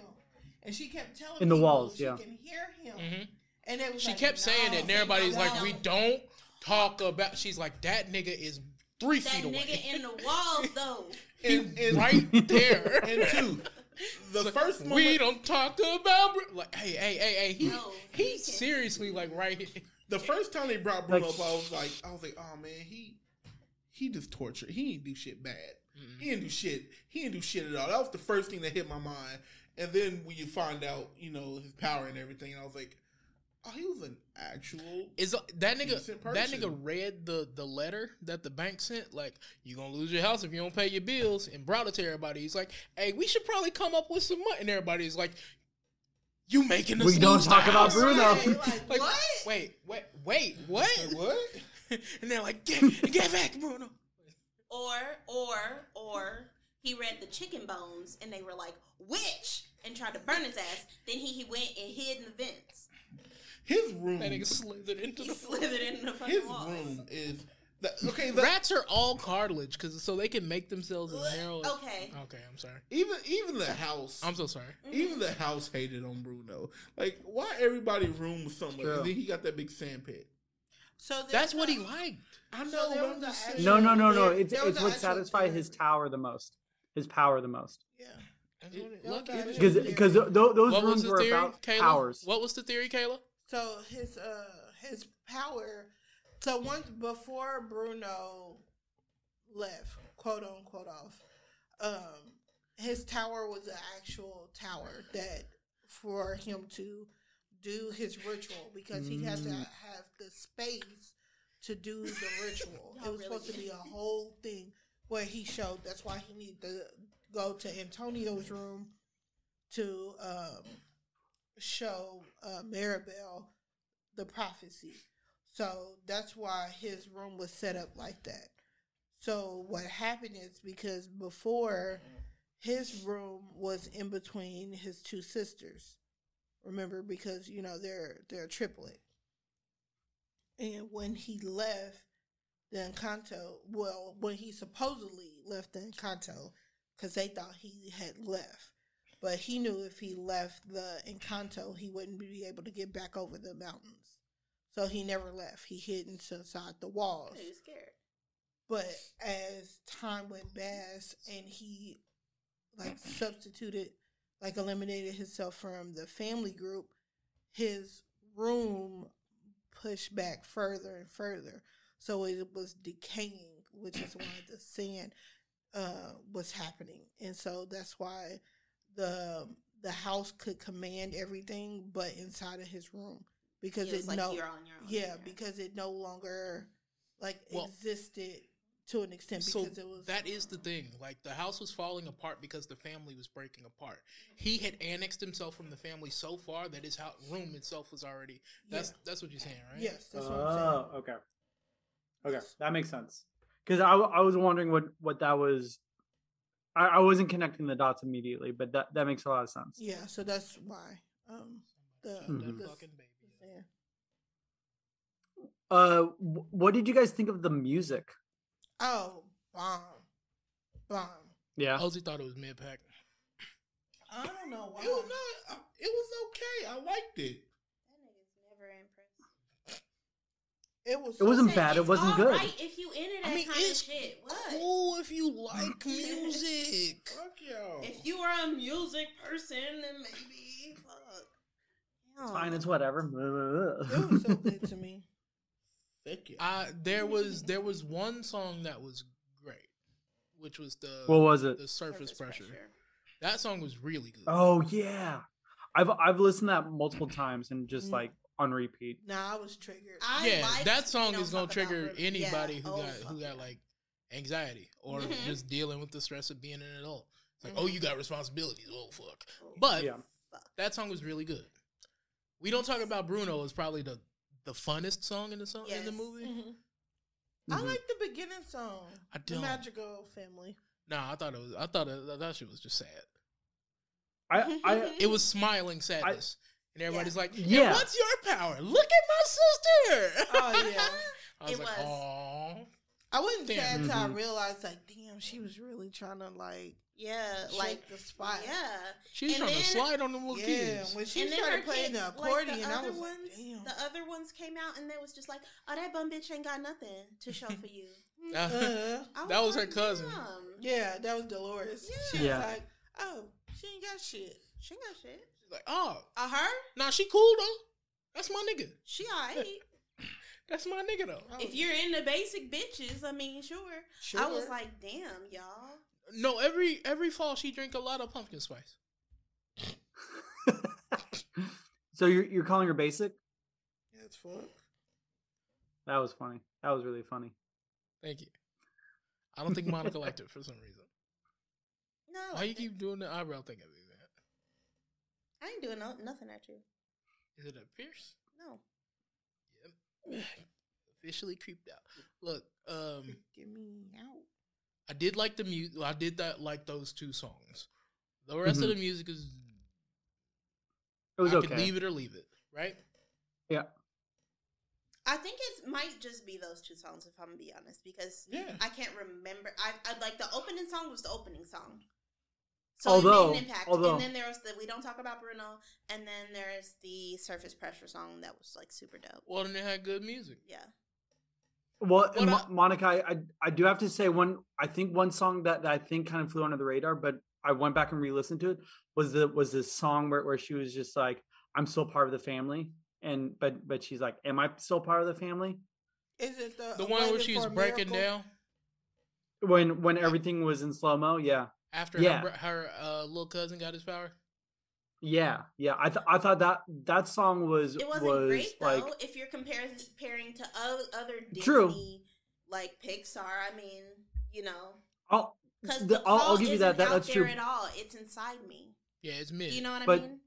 C: and she kept telling
D: In the
C: people
D: walls,
C: she
D: yeah.
C: can hear him,
E: Mhm.
C: and it was
E: She
C: like,
E: kept saying
C: no,
E: it, and everybody's
C: no,
E: like,
C: no.
E: we don't talk about. She's like, that nigga is three
A: That
E: feet away.
A: nigga in the walls though.
B: And, and,
E: right there.
B: and two, the
E: It's like,
B: first moment,
E: we don't talk about Bru-" like hey hey hey hey he
A: No, you
E: he
A: can't.
E: seriously like right here.
B: the first time they brought Bruno
D: Like-
B: up, I was like, I was like, oh man, he he just tortured. He ain't do shit bad. He didn't do shit. He didn't do shit at all. That was the first thing that hit my mind. And then when you find out, you know, his power and everything, and I was like, oh, he was an actual.
E: Is uh, that
B: Decent
E: nigga that
B: person.
E: nigga read the the letter that the bank sent like you gonna lose your house if you don't pay your bills and brought it to everybody. He's like, hey, we should probably come up with some money, and everybody's like, you making us
D: We don't
E: lose the
D: talk about
E: house?"
D: Bruno.
C: Right, like,
E: Like,
C: what?
E: wait, wait, wait, what?
B: Like, what?
E: and they're like, get, get back, Bruno.
A: Or or or he read the chicken bones and they were like witch and tried to burn his ass. Then he, he went and hid in the vents.
B: His room.
E: That nigga slithered
A: Hmm.
E: into
A: He
E: the
A: slithered in the fucking
B: His
A: walls.
B: room is. The, okay, the,
E: Rats are all cartilage, cause so they can make themselves as narrow. as-
A: Okay. Mm-hmm.
E: okay, I'm sorry.
B: even even the house.
E: I'm so sorry.
B: even the house hated on Bruno. Like, why everybody room was something?
D: True.
B: And then he got that big sand pit.
C: So there's
E: That's what
C: a-
E: he liked.
B: I know.
C: So there was
B: but I'm
C: an
B: just
C: actual-
B: saying-
D: No, no, no, no.
C: There-
D: It's
C: there was
D: it's
C: an
D: what
C: actual
D: satisfied
C: theory.
D: his tower the most. His power the most.
C: Yeah.
E: That's what it-
C: Y'all
E: look,
C: got
E: it-
C: it.
D: Because
C: Theory.
D: because th- th- those
E: What was
D: rooms
E: the
D: were
E: theory,
D: about
E: Kayla?
D: powers.
E: What was the theory, Kayla?
C: So his uh his power. So once before Bruno left, quote unquote off, um, his tower was an actual tower that for him to do his ritual because he had to
D: Mm.
C: have the space to do the ritual.
A: Y'all
C: it was
A: really
C: supposed to be
A: get
C: a whole thing where he showed. That's why he needed to go to Antonio's room to um, show uh, Maribel the prophecy. So that's why his room was set up like that. So what happened is because before his room was in between his two sisters. Remember, because you know they're they're a triplet. And when he left the Encanto, well, when he supposedly left the Encanto, because they thought he had left. But he knew if he left the Encanto, he wouldn't be able to get back over the mountains. So he never left. He hid inside the walls.
A: He was scared.
C: But as time went past and he like substituted, like eliminated himself from the family group, his room pushed back further and further. So it was decaying, which is why the sand uh, was happening. And so that's why the the house could command everything but inside of his room because
A: He was
C: it
A: like
C: no
A: you're on your own.
C: yeah, because it no longer like
E: Oh, Well-
C: existed to an extent
E: So
C: because it was
E: that is the thing. Like the house was falling apart because the family was breaking apart. He had annexed himself from the family so far that his house, room itself was already. That's that's what you're saying, right?
C: yes, that's what I'm saying.
D: Oh, okay. Okay, that makes sense. Because I, w- I was wondering what what that was. I, I wasn't connecting the dots immediately, but that that makes a lot of sense.
C: Yeah, so that's why. Um, the,
E: Shut that
D: Mhm.
C: the-
E: fucking baby. up.
C: yeah.
D: Uh, wh- what did you guys think of the music?
C: Oh, bomb, bomb.
D: Yeah.
C: Oh.
E: Ozzy thought it was mid pack.
C: I don't know why.
B: It was not. uh, It was okay. I liked it.
A: That nigga's never impressed.
C: It was.
D: It wasn't
A: Say
D: bad, it
A: it's
D: wasn't
A: all
D: good.
A: right if you into that
E: I mean,
A: kind of
E: it's
A: shit. What?
E: Cool if you like music.
B: Fuck y'all.
A: If you are a music person, then maybe fuck.
D: It's fine. It's whatever.
C: It was so good to me.
B: Fuck y'all.
E: I there was there was one song that was great, which was the
D: what was it?
E: the surface, pressure. That song was really good.
D: Oh yeah, I've I've listened to that multiple times and just
C: Mm.
D: like on repeat.
C: Nah, I was triggered.
A: I
E: yeah,
A: liked
E: that
A: We
E: song
A: Don't
E: is gonna
A: Talk About
E: trigger
A: Women. Yeah,
E: anybody who
A: oh,
E: got who
A: fuck
E: got
A: yeah.
E: like anxiety or
A: Mhm.
E: just dealing with the stress of being an adult. It's like, oh,
A: Mhm.
E: you got responsibilities. Oh fuck. But
D: Yeah.
E: that song was really good. We don't talk about Bruno is probably the the funnest song in the song in the
A: Yes.
E: movie.
C: Mhm. I
D: Mhm.
C: like the beginning song.
E: Mm-hmm. I
C: The
E: don't.
C: Magical Family.
E: Nah, I thought it was. I thought it, that shit was just sad.
D: I, I
A: Mm-hmm.
E: It was smiling sadness, and everybody's like, "Yeah,
D: Yeah.
E: what's your power? Look at my sister."
C: Oh yeah.
E: I was
A: It
E: like,
A: was.
E: "Oh,
C: I wasn't sad
E: Damn.
C: until
D: Mhm.
C: I realized, like, damn, she was really trying to like
A: Yeah,
C: like
A: uh, like
C: the spot.
A: yeah.
E: she's
A: And
E: trying
A: then-
E: to slide on them little
C: yeah.
E: kids."
C: When she
A: and then her
C: started playing
A: kid-
C: the
A: like,
C: accordion, I
A: other
C: was like,
A: ones,
E: Mm-hmm.
C: damn.
A: The other ones came out and they was just like, "Oh, that bum bitch ain't got nothing to show for you."
E: Uh,
C: Uh,
A: I
E: That was her
A: like,
E: cousin.
A: "Damn."
C: yeah, that was Dolores. She
D: Yeah.
C: was like, oh, she ain't got shit.
A: She ain't got shit.
E: she's like, "Oh,
C: Uh, her?
E: nah, she cool though. That's my nigga.
A: She alright.
E: That's my nigga though."
C: Oh,
A: if you're in the basic bitches, I mean, sure.
C: sure.
A: I was like, "Damn, y'all."
E: No, every every fall she drink a lot of pumpkin spice.
D: so you're you're calling her basic?
C: that's fuck.
D: That was funny. That was really funny.
E: Thank you. I don't think Monica liked it for some reason.
A: No, I
E: Why you
A: liked it.
E: keep doing the eyebrow thing at me, man?
A: I ain't doing no, nothing at you.
E: Is it a pierce?
A: No.
E: Yep. Officially creeped out. Look, um,
C: Get me out.
E: I did like the music. I did that like those two songs. The rest of the music is
D: Mm-hmm. It was
E: I
D: okay.
E: can leave it or leave it, right?
A: I think it might just be those two songs, if I'm gonna be honest, because
E: Yeah.
A: I can't remember. I, I like the opening song was the opening song.
D: Although- although-
A: and then there was the we don't talk about Bruno, and then there's the surface pressure song that was like super dope.
E: Well, then it had good music.
A: Yeah,
D: Well, and
E: What
D: Mo- Monica, I, I I do have to say one. I think one song that, that I think kind of flew under the radar, but I went back and re-listened to it. Was the was this song where, where she was just like, "I'm still part of the family," and but but she's like, "Am I still part of the family?"
C: Is Uh, it the
E: The one where
C: Waiting
E: she's
C: for a
E: breaking
C: Miracle?
E: down
D: When when everything was in slow mo, yeah,
E: after
D: Yeah.
E: her, br- her uh, little cousin got his power.
D: yeah, yeah. I th- I thought that that song was
A: it wasn't
D: was
A: great though.
D: like
A: if you're comparing comparing to o- other Disney,
D: True.
A: like Pixar, I mean, you know,
D: I'll,
A: because
D: the- I'll, I'll give you that. that that's
A: there
D: true.
A: At all, it's inside me.
E: Yeah, it's mid.
A: You know what
D: But-
A: I mean?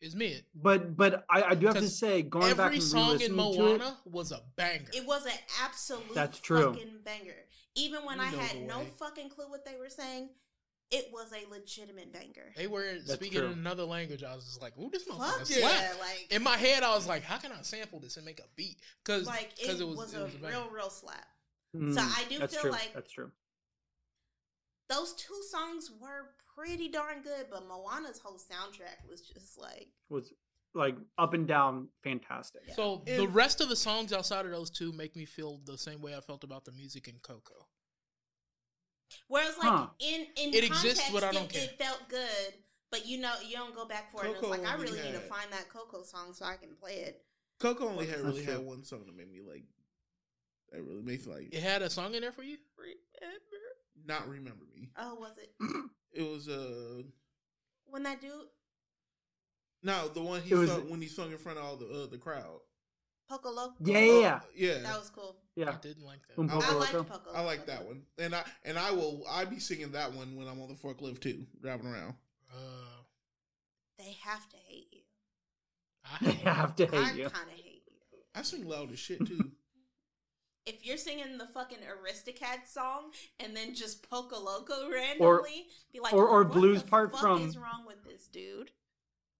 E: it's mid.
D: But but I, I do have to
E: 'Cause
D: say, going back
E: Every
D: and
E: song in
D: re-listening to it,
E: Moana was a banger.
A: It was an absolute
D: That's true.
A: fucking banger. Even when
E: You
A: I
E: know
A: had
E: the
A: no
E: way.
A: fucking clue what they were saying, it was a legitimate banger.
E: they were
D: That's
E: speaking
D: true.
E: in another language. I was just like, "Ooh, this motherfucker
A: Fuck
E: slap!"
A: yeah, like
E: In my head, I was like, "How can I sample this and make a beat?" Because
A: like
E: because
A: it,
E: it was-
A: was,
E: it
A: a
E: was a banger.
A: real, real slap.
D: mm,
A: So I do
D: that's
A: feel
D: true.
A: like
D: that's true.
A: those two songs were pretty darn good, but Moana's whole soundtrack was just like
D: was like up and down fantastic.
E: So
C: Yeah.
E: the
C: And-
E: rest of the songs outside of those two make me feel the same way I felt about the music in Coco.
A: whereas like
D: Huh.
A: in in
E: It exists,
A: context,
E: but I
A: it-
E: don't care.
A: it felt good. But you know, you don't go back for it. And it's
B: Coco
A: like I
B: only
A: really need to
B: had-
A: find that Coco song so I can play it.
B: Coco only had
D: That's
B: really
D: true.
B: had one song that made me like. That really makes me, like
E: It had a song in there for you?
B: not remember me.
A: Oh, was it
B: It was uh
A: when that dude
B: no the one he
D: It was-
B: sung when he sung in front of all the uh, the crowd.
A: Poco Loco.
D: Yeah,
B: yeah.
A: That was cool.
E: I
D: yeah.
E: didn't like that.
D: Um,
B: I
A: I
D: Poco
A: liked
D: Loco.
A: Poco.
B: I like
A: Loco.
B: that one, and I and I will. I be singing that one when I'm on the forklift too, driving around.
E: Uh,
A: They have to hate you.
E: I,
D: I have to
A: I
D: hate you.
A: kind of hate you.
B: I sing loud as shit too.
A: If you're singing the fucking Aristocats song and then just Poco Loco randomly, be like,
D: or- or
A: what
D: blues
A: the
D: part
A: fuck
D: from-
A: is wrong with this dude?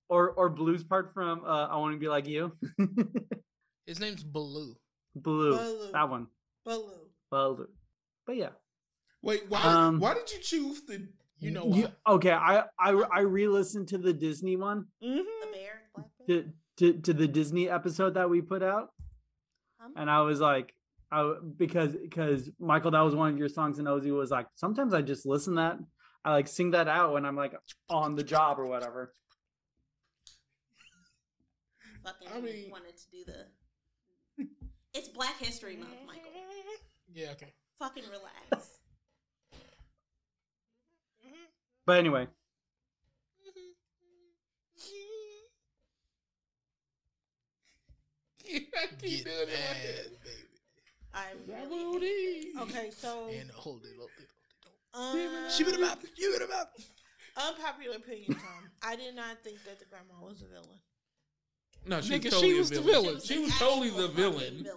D: Or or blues part from uh, I want to be like you.
E: his name's Baloo.
D: Blue,
C: Baloo.
D: that one.
C: Baloo.
D: Baloo. But yeah.
B: Wait, why?
D: Um,
B: why did you choose the?
E: You know why?
D: You- okay, I I I re-listened to the Disney one
A: The mayor, black bear.
D: to, to to the Disney episode that we put out,
A: Hum?
D: and I was like, I w- because because Michael, that was one of your songs, and Ozzy was like, sometimes I just listen that I like sing that out when I'm like on the job or whatever.
A: fucking
B: I mean-
A: wanted to do the. It's Black History Month, Michael.
E: Yeah, okay.
A: Fucking relax.
D: But anyway,
B: I keep
E: Get
B: doing it like
E: mad,
B: that.
E: baby.
A: I really hate
B: Rabboni.
C: Okay, so
E: And hold it, hold it, hold
C: um,
E: it. She been about, you been about.
C: unpopular opinion, Tom. I did not think that the grandma was a villain.
B: No, she
E: Nigga,
B: was
E: she
B: totally a
E: was the
A: it.
E: villain. She
A: the
E: was totally
A: actual
E: the
A: fucking
E: villain.
C: No.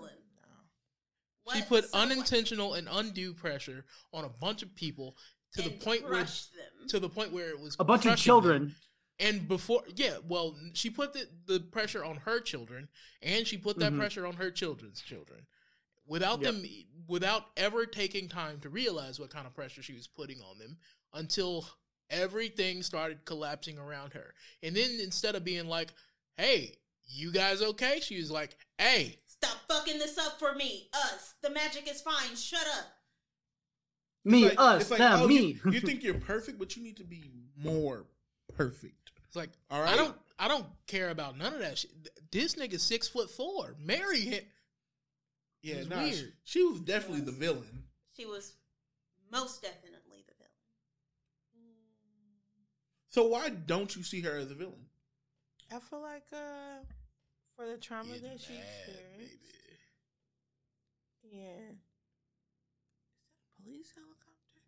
E: She
A: What?
E: put
A: So what?
E: unintentional and undue pressure on a bunch of people to the
A: And
E: point where
A: crushed them.
E: to the point where it was
D: a bunch of
E: crushing them.
D: children.
E: And before, yeah, well, she put the, the pressure on her children, and she put that
D: Mhm.
E: pressure on her children's children, without
D: Yep.
E: them, e, without ever taking time to realize what kind of pressure she was putting on them, until everything started collapsing around her. And then instead of being like, "Hey, you guys okay?" she was like, "Hey,
A: Stop fucking this up for me. Us. The magic is fine. Shut up.
D: Me,
B: It's like-
D: us,
B: it's like,
D: them,
B: oh,
D: me.
B: You, you think you're perfect, but you need to be more perfect.
E: it's like
B: All right.
E: I don't, I don't care about none of that shit. This nigga's six foot four. Marry him."
B: Yeah,
E: It's
B: nah,
E: weird.
B: She, she was definitely the villain.
A: She was most definitely the villain.
B: So why don't you see her as a villain?
C: I feel like uh, for the trauma
E: Get
C: that she
E: mad,
C: experienced,
E: baby.
C: yeah. Is that a police helicopter?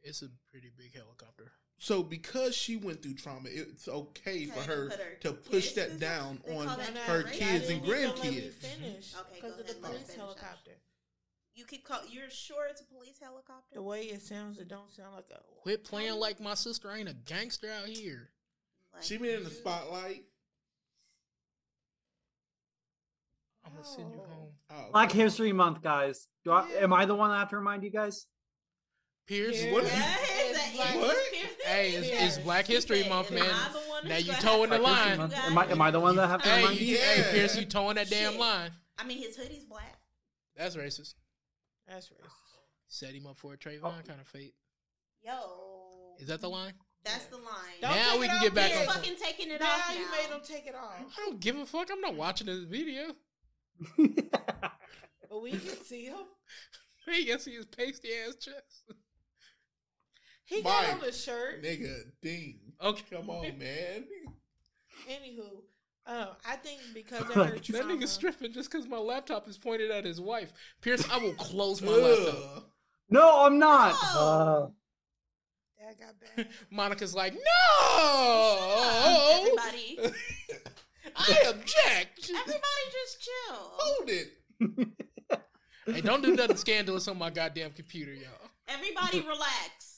E: It's a pretty big helicopter.
B: So because she went through trauma, it's okay for
A: Okay,
B: her
A: put her
B: to push
A: kids
B: that
A: in-
B: down
A: they
B: on
A: call that
B: her
A: generational-
B: kids and
A: Y'all didn't
B: grandkids.
A: Oh, Okay, go
C: Because of the
A: ahead, let her
C: police
A: finish,
C: helicopter.
A: You keep call. You're sure it's a police helicopter?
C: The way it sounds, it don't sound like a.
E: Quit playing like my sister ain't a gangster out here.
A: Like,
B: She been in the spotlight.
E: I'm gonna send you
C: Oh.
E: home.
B: Oh,
D: Black History Month, guys. Do I,
C: Yeah.
D: Am I the one that have to remind you guys?
E: Pierce,
C: Yeah.
B: What?
A: Yeah,
C: It's
A: that-
C: black-
B: What?
E: Hey, it's, it's
C: Yeah.
E: Black History
A: She
E: Month,
A: said,
E: man.
A: "Am I the one
E: Now
A: who's
E: you
A: gonna
E: towing the
A: have to
D: Black
E: line.
A: fight
D: History Month.
A: you
D: Am I,
A: guys?"
D: am I the one that have to
E: Hey,
D: remind
E: you,
D: you?
E: hey,
B: Yeah.
E: Pierce, you towing that damn
A: Shit.
E: line.
A: I mean, his hoodie's black.
E: That's racist.
C: That's racist.
E: Set him up for a Trayvon
D: Oh.
E: kind of fate.
A: Yo,
E: Is that the line?
A: that's the line.
C: Don't
E: now
C: take
E: we
C: it
E: can
C: off
E: get back
C: here.
E: on.
A: You're
C: Don't-
E: Track.
A: fucking taking it
C: now
A: off now.
C: you made them take it off,
E: I don't give a fuck. I'm not watching this video.
C: but we can see him.
E: Hey, yes, he is pasty ass chest.
C: He got
B: Mike.
C: on the shirt.
B: nigga, ding.
E: Okay,
B: Come on, man.
C: Anywho, um, I think because of her
D: That
E: That
C: trauma,
E: nigga's stripping just because my laptop is pointed at his wife. Pierce, I will close my laptop.
B: Ugh.
D: no, I'm not.
A: No.
C: that got bad.
E: Monica's like, no,
A: Oh, everybody,
E: I object.
A: everybody, just
E: Oh.
A: chill.
B: Hold it.
E: hey, don't do nothing scandalous on my goddamn computer, y'all.
A: Everybody, relax.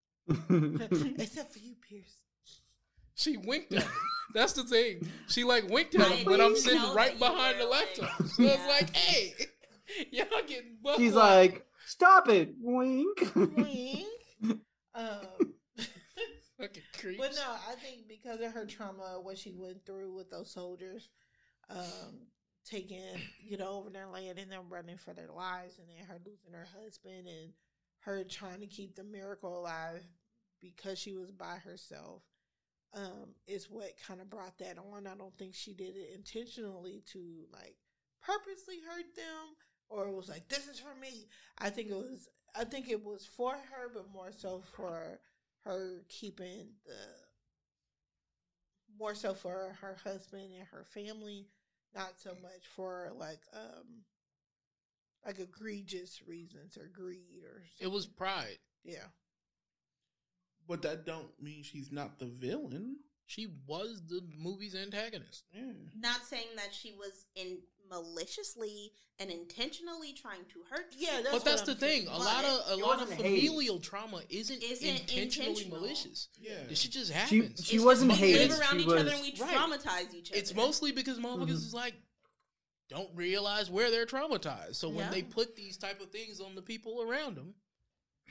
C: Except for you, Pierce.
E: She winked at him. That's the thing. She like winked at
A: I
E: him, but I'm
A: didn't
E: sitting
A: know
E: right
A: that you
E: behind the
A: were, like-
E: laptop. So it's
A: Yeah.
E: like, hey, y'all getting butt
D: She's
E: wiped.
D: like, stop it, wink.
C: Wink. Um,
E: fucking creeps.
C: but no, I think because of her trauma, what she went through with those soldiers, um, taking you know over their land and them running for their lives, and then her losing her husband and her trying to keep the miracle alive because she was by herself, um, is what kind of brought that on. I don't think she did it intentionally to like purposely hurt them, or it was like this is for me. I think it was. I think it was for her, but more so for her keeping the more so for her husband and her family not so much for like um like egregious reasons or greed or
E: It was pride.
C: yeah.
B: But that don't mean she's not the villain.
E: She was the movie's antagonist.
B: Yeah.
A: Not saying that she was in maliciously and intentionally trying to hurt.
C: Yeah,
A: you.
C: That's
E: but that's
C: what
E: the
C: I'm
E: thing.
C: saying.
E: A
A: But
E: lot of a
D: it
E: lot of
D: wasn't hate.
E: familial trauma isn't,
A: Isn't
E: intentionally
A: intentional.
E: malicious.
B: Yeah.
E: It shit just
D: She,
E: happens.
D: she
A: It's
D: wasn't
A: just we
D: hated.
A: live around
D: She
A: each
D: was,
A: other and we
E: Right.
A: traumatize each other.
E: it's mostly because motherfuckers
D: Mhm.
E: is like don't realize where they're traumatized. So when
A: Yeah.
E: they put these type of things on the people around them,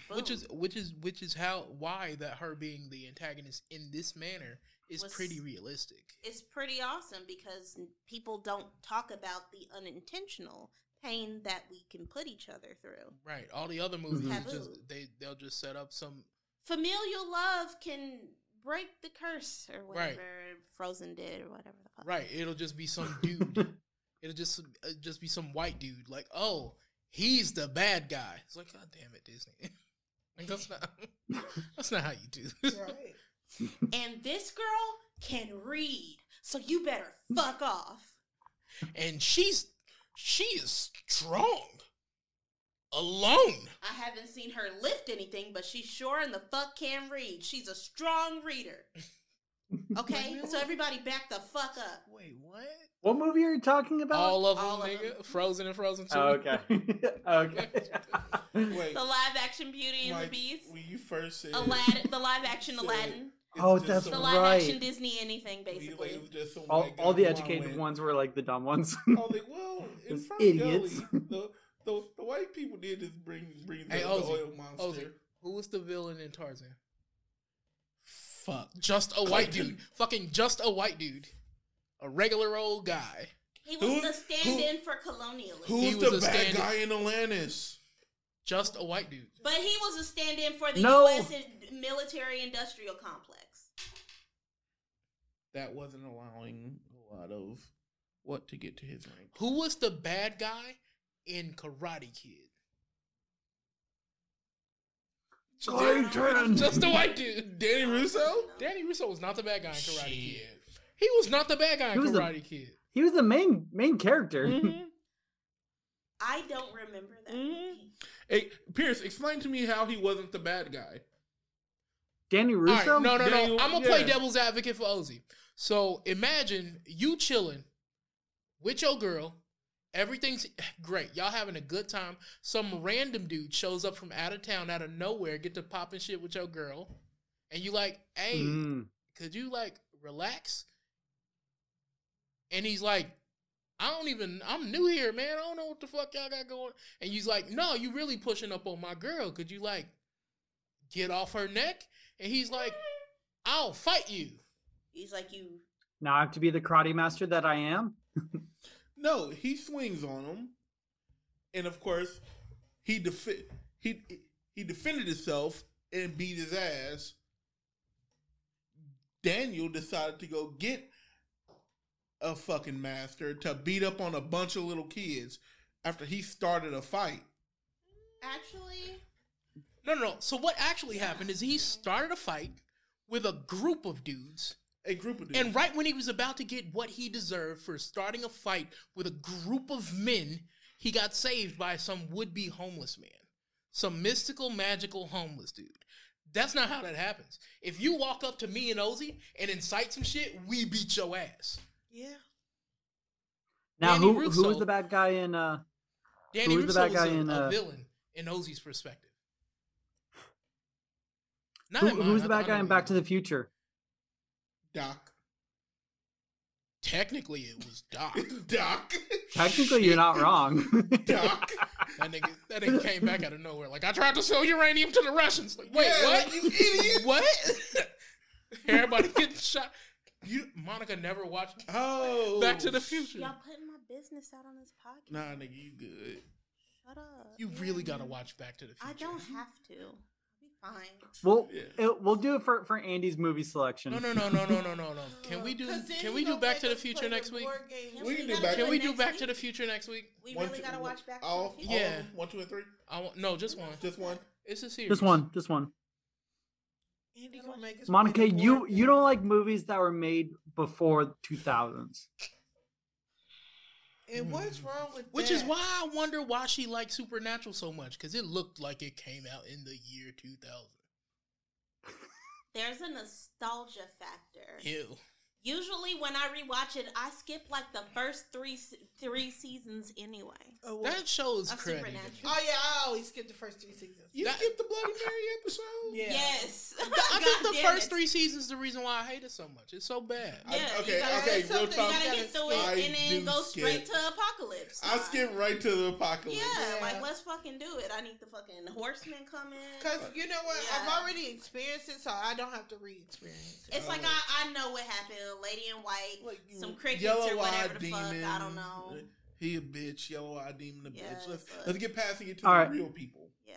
E: which
A: Boom.
E: is which is which is how why that her being the antagonist in this manner is
A: Was-
E: pretty realistic.
A: it's pretty awesome because people don't talk about the unintentional pain that we can put each other through.
E: Right. All the other movies
D: Mhm.
E: is
A: Taboo.
E: just they they'll just set up some
A: Familial love can break the curse or
E: Right.
A: whatever Frozen did or whatever the fuck.
E: right. It'll just be some dude. it'll just uh, just be some white dude. Like oh he's the bad guy. It's like god damn it Disney. like that's not that's not how you do. This.
C: Right.
A: And this girl can read, so you better fuck off.
E: and she's she is strong alone
A: I haven't seen her lift anything, but she sure in the fuck can read. She's a strong reader. Okay, so everybody back the fuck up.
E: wait what
D: What movie are you talking about?
E: all of them
A: All of
E: nigga
A: them.
E: frozen and frozen 2
D: Oh, okay. okay.
B: Wait.
A: The live action Beauty and
B: Like,
A: the Beast,
B: When you first said
A: Aladdin, the live action
B: said
A: Aladdin,
B: it's
D: Oh,
B: just
D: that's
B: some-
A: the
D: So
A: live action
D: right.
A: Disney anything,
B: we- like,
A: basically.
B: it was just some
D: all,
B: white guy
D: all the
B: who I
D: educated
B: went-
D: ones were like the dumb ones.
B: Oh, like, well, in
D: Those
B: front
D: idiots.
B: Gully, the, the the white people did is bring bring the,
E: Hey,
B: the
E: Ozzy.
B: oil monster.
E: Ozzy. who was the villain in tarzan fuck just a white dude fucking just a white dude a regular old guy
A: He was
B: Who-
A: the stand-in for colonialism,
E: He
B: Who's
E: was
B: the
E: a
B: bad
E: stand-in.
B: guy in Atlantis?
E: just a white dude
A: but he was a stand-in for the
D: No.
A: U.S. in- military-industrial complex.
B: That wasn't allowing a lot of what to get to his rank.
E: who was the bad guy in karate kid
A: Clayton!
E: just a white dude
B: Danny Russo?
E: danny russo was not the bad guy in karate
B: Shit.
E: kid he was not the bad guy in
D: He was the-
E: karate kid
D: he was the main main character.
E: Mm-hmm.
A: I don't remember that.
D: Mm-hmm.
A: movie.
B: Hey, Pierce, explain to me how he wasn't the bad guy.
D: Danny
E: All right,
D: Russo.
E: no, no, no.
B: Daniel-
E: I'm gonna play
B: yeah.
E: devil's advocate for Ozzy. So imagine you chilling with your girl. Everything's great. Y'all having a good time. Some random dude shows up from out of town, out of nowhere, get to popping shit with your girl, and you like, hey,
D: Mm.
E: could you like relax? And he's like, I don't even, I'm new here, man. I don't know what the fuck y'all got going. And he's like, No, you really pushing up on my girl. Could you like get off her neck? And he's like, I'll fight you.
A: He's like you.
D: Now I have to be the karate master that I am.
B: No, he swings on him, and of course, he defi- he he defended himself and beat his ass. Daniel decided to go get a fucking master to beat up on a bunch of little kids after he started a fight.
A: Actually,
E: No, no, no. So what actually happened is he started a fight with a group of dudes.
B: A group of dudes.
E: And right when he was about to get what he deserved for starting a fight with a group of men, he got saved by some would be homeless man. Some mystical, magical homeless dude. That's not how that happens. If you walk up to me and Ozzy and incite some shit, we beat your ass.
C: Yeah.
D: Now
E: Danny
D: who who
E: Russo.
D: was the bad guy in uh
E: Danny
D: Who's the
E: Russo
D: bad
E: was
D: guy
E: a,
D: in,
E: a
D: uh,
E: villain in Ozzy's perspective. Not
D: who,
E: in mine,
D: who's
E: I
D: the
E: thought-
D: bad guy
E: I know
D: in
E: who
D: Back
E: it
D: to
E: was.
D: the Future?
E: Technically, it was Doc.
B: Doc. Doc.
D: Technically you're not wrong.
B: Doc.
E: That nigga, that nigga came back out of nowhere. Like I tried to sell uranium to the Russians. Like, wait,
B: Yeah,
E: what?
B: like, you idiot.
E: What? Everybody getting shot. You, Monica, never watched
B: Oh.
E: Back to the Future.
A: y'all putting my business out on this podcast.
B: Nah, nigga, you good.
A: Shut up.
E: You really gotta watch Back to the Future.
A: I don't have to. I'll be fine.
D: we'll
B: Yeah.
D: it, we'll do it for, for Andy's movie selection.
E: No, no, no, no, no, no, no, no. Can we do?
C: um, 'Cause then
E: Can
C: he
E: we do
C: gonna
E: Back
C: make
E: to the
C: us
E: Future
C: play
E: next
C: the
E: week?
C: board game.
B: We can do
A: gotta
B: back-
A: do
E: Can
A: it
E: we do
A: next
E: Back
A: week.
E: to the Future next week?
A: We
B: One,
A: really
B: two,
A: gotta
B: one-
A: watch Back to
B: all,
A: the Future.
B: all
E: Yeah.
B: of them? One, two, and three?
E: I want no, just one.
B: Just one?
E: It's a series.
D: Just one, just one.
C: Andy gonna make us play
D: Monica,
C: the board
D: you
C: game.
D: you don't like movies that were made before 2000s.
C: And what's wrong with
E: Which
C: is
E: is why I wonder why she liked Supernatural so much because it looked like it came out in the year 2000.
A: There's a nostalgia factor.
E: Ew.
A: Usually, when I rewatch it, I skip like the first three se- three seasons anyway.
C: Oh, what-
E: That show's
A: Of
E: crazy.
A: Supernatural.
C: oh yeah, I always skip the first three seasons.
B: You
E: That-
B: skipped the Bloody Mary episode?
C: Yeah.
A: Yes,
E: I think the
A: God damn
E: first
A: it.
E: three seasons the reason why I hate it so much. It's so bad.
A: Yeah, you
B: okay,
A: gotta-
B: okay,
C: that's something you
B: real
A: You
B: talk.
A: gotta
C: gotta
A: get through
B: skip.
A: it and
B: I
A: then
B: do
A: go straight
B: skip.
A: to apocalypse.
B: I
A: Nah.
B: skip right to the
A: Yeah,
B: apocalypse.
C: Yeah.
A: like let's fucking do it. I need the fucking horsemen coming.
C: Cause you know what,
A: Yeah.
C: I've already experienced it, so I don't have to re-experience it.
A: It's like I, I know what happened. A lady in white,
B: Oh. Like,
A: some crickets or
B: yellow-eyed
A: whatever the fuck. I don't know.
B: He a bitch, yellow eyed demon a
A: Yes,
B: bitch. Let's,
A: but-
B: let's get past and get to
D: All
B: the
D: right.
B: real people.
A: Yeah,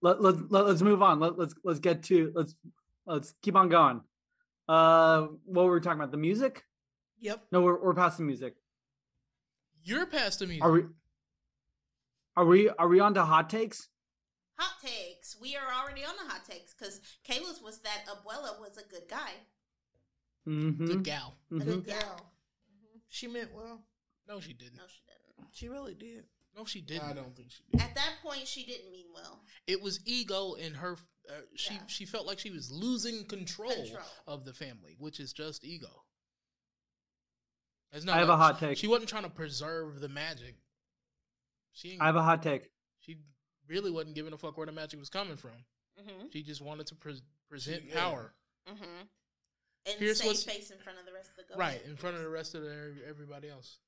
D: Let, let, let, let's move on. Let, let's let's get to let's let's keep on going. Uh, what were we talking about? The music?
C: Yep.
D: No, we're we're past the music.
E: You're past the music.
D: Are we? Are we are we on to hot takes?
A: hot takes. We are already on the hot takes because Kayla's was that Abuela was a good guy.
E: the
D: Mm-hmm.
E: gal?
D: hmm
C: Good girl. She meant well.
E: No, she didn't.
A: No, she didn't.
C: She really did.
E: No, she
B: I
E: didn't.
B: don't think she did.
A: At that point, she didn't mean well.
E: It was ego and her. Uh, she
A: Yeah.
E: she felt like she was losing control,
A: Control.
E: of the family, which is just ego. It's
D: I have a
E: like-
D: hot take.
E: She wasn't trying to preserve the magic. She ain't-
D: I have a hot take.
E: she really wasn't giving a fuck where the magic was coming from.
A: Mm-hmm.
E: She just wanted to pre- present
B: Yeah.
E: power
A: Mm-hmm. And
E: Here's
A: save
E: what's-
A: face in front of the rest of the go
E: right
A: ahead.
E: in front of the rest of the, everybody else.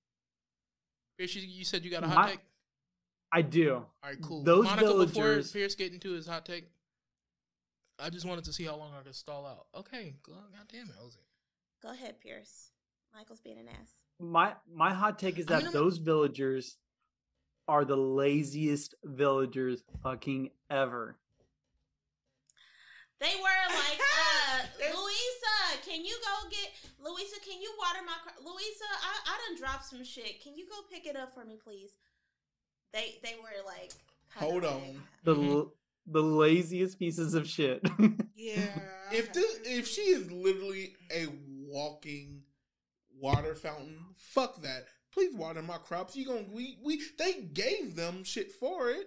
E: Pierce, you, you said you got a
D: My-
E: hot take.
D: I do.
E: All right, cool.
D: Those
E: Monica,
D: villagers-
E: before Pierce get into his hot take, I just wanted to see how long I could stall out. Okay, go- god damn it, Jose.
A: Go ahead, Pierce. Michael's being an ass.
D: My my hot take is
E: I mean,
D: that
E: I'm-
D: those villagers are the laziest villagers fucking ever.
A: They were like, uh,
C: There's-
A: Louisa, can you go get Louisa? Can you water my car? Louisa, I, I done dropped some shit. Can you go pick it up for me, please? They they were like, kinda
B: Hold
A: like-
B: on.
D: The
E: Mhm.
D: l- the laziest pieces of shit.
C: Yeah. Uh-huh.
B: If this, if she is literally a walking water fountain, fuck that. Please water my crops. You gonna we we they gave them shit for it.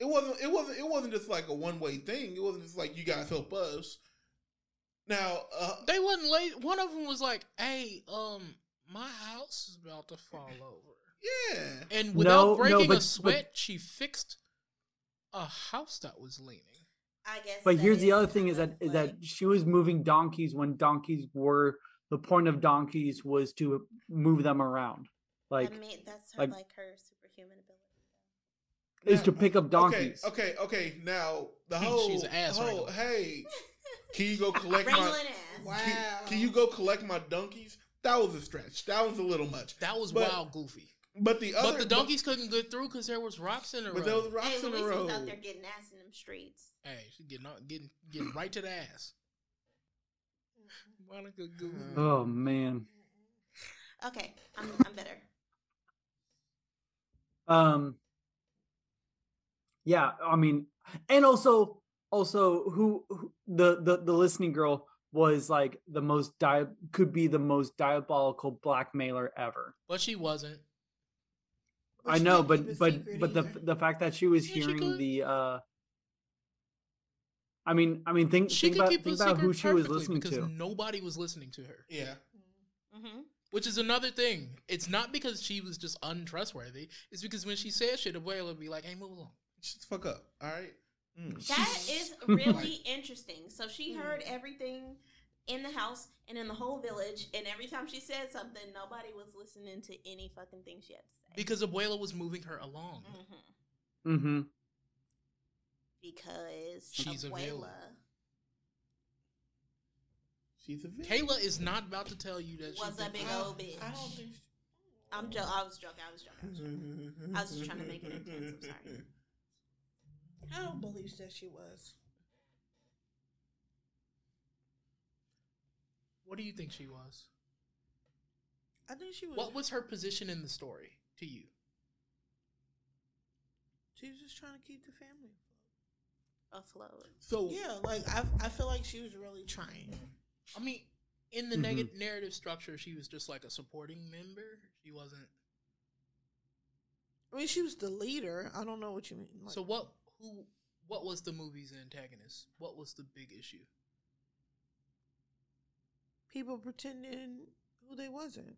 B: It wasn't it wasn't it wasn't just like a one way thing. It wasn't just like you guys help us. Now uh,
E: They wasn't late. One of them was like, "Hey, um, my house is about to fall over,"
B: yeah.
E: and without
D: No, no,
E: breaking
D: but-
E: a
D: but-
E: sweat, she fixed a house that was leaning.
A: I guess.
D: but
A: that
D: here's the
A: is
D: other thing is
A: kind
D: that
A: of
D: is that
A: like-
D: she was moving donkeys when donkeys were the point of donkeys was to move them around. Like
A: I mean, that's her,
D: like-
A: like, her superhuman ability.
D: is
B: Now-
D: to pick up donkeys.
B: Okay, okay, okay. Now the
E: She's
B: whole
E: an ass
B: whole,
E: wrangler.
B: hey, can you go collect my
A: Wrangling ass.
C: Wow.
B: can, can you go collect my donkeys? That was a stretch. That was a little much.
E: That was
B: But-
E: wild, goofy.
B: But the other
E: But the donkeys couldn't get through because there was rocks in the
B: but,
E: road.
B: there was rocks
A: Hey,
B: in the
A: Louisa
B: road.
A: was out there getting ass in them streets.
E: Hey, she getting on, getting getting right to the ass.
B: Mm-hmm.
E: Monica goofy.
D: Oh man.
A: Okay, I'm, I'm better.
D: Um Yeah, I mean and also also who, who the, the the listening girl was like the most di- could be the most diabolical blackmailer ever.
E: But she wasn't.
C: But
D: I
C: she
D: know,
C: didn't keep
D: but
C: it
D: but
C: secret
D: but the
C: either.
D: the fact that she was
E: Yeah, she
D: hearing
E: could.
D: the uh I mean I mean think
E: She
D: think
E: could
D: about,
E: keep
D: think
E: a
D: about
E: secret
D: who she was
E: perfectly
D: listening
E: because
D: to.
E: nobody was listening to her.
B: Yeah.
A: Mm-hmm.
E: Which is another thing. It's not because she was just untrustworthy. It's because when she said shit, Abuela would be like, "Hey, move along."
B: Shut the fuck up. All right. Mm.
A: That is really interesting. So she heard everything in the house and in the whole village, and every time she said something, nobody was listening to any fucking thing she had to say.
E: Because Abuela was moving her along.
A: Mhm.
D: Mm-hmm.
A: Because
E: She's a
A: Abuela.
B: She's a villain.
E: Kayla is not about to tell you that
A: Was
E: she
A: a big old bitch.
C: I don't think
A: I'm jo- I was joking. I was joking. I was just trying to make it intense, I'm sorry.
C: I don't believe that she was.
E: What do you think she was?
C: I think she was.
E: What was her position in the story to you?
C: She was just trying to keep the family.
A: Afloat.
B: So
C: Yeah, like I, I feel like she was really trying.
E: I mean, in the
D: Mm-hmm.
E: nega- narrative structure, she was just like a supporting member. She wasn't.
C: I mean, she was the leader. I don't know what you mean. Like,
E: so what? Who? What was the movie's antagonist? What was the big issue?
C: people pretending who they wasn't.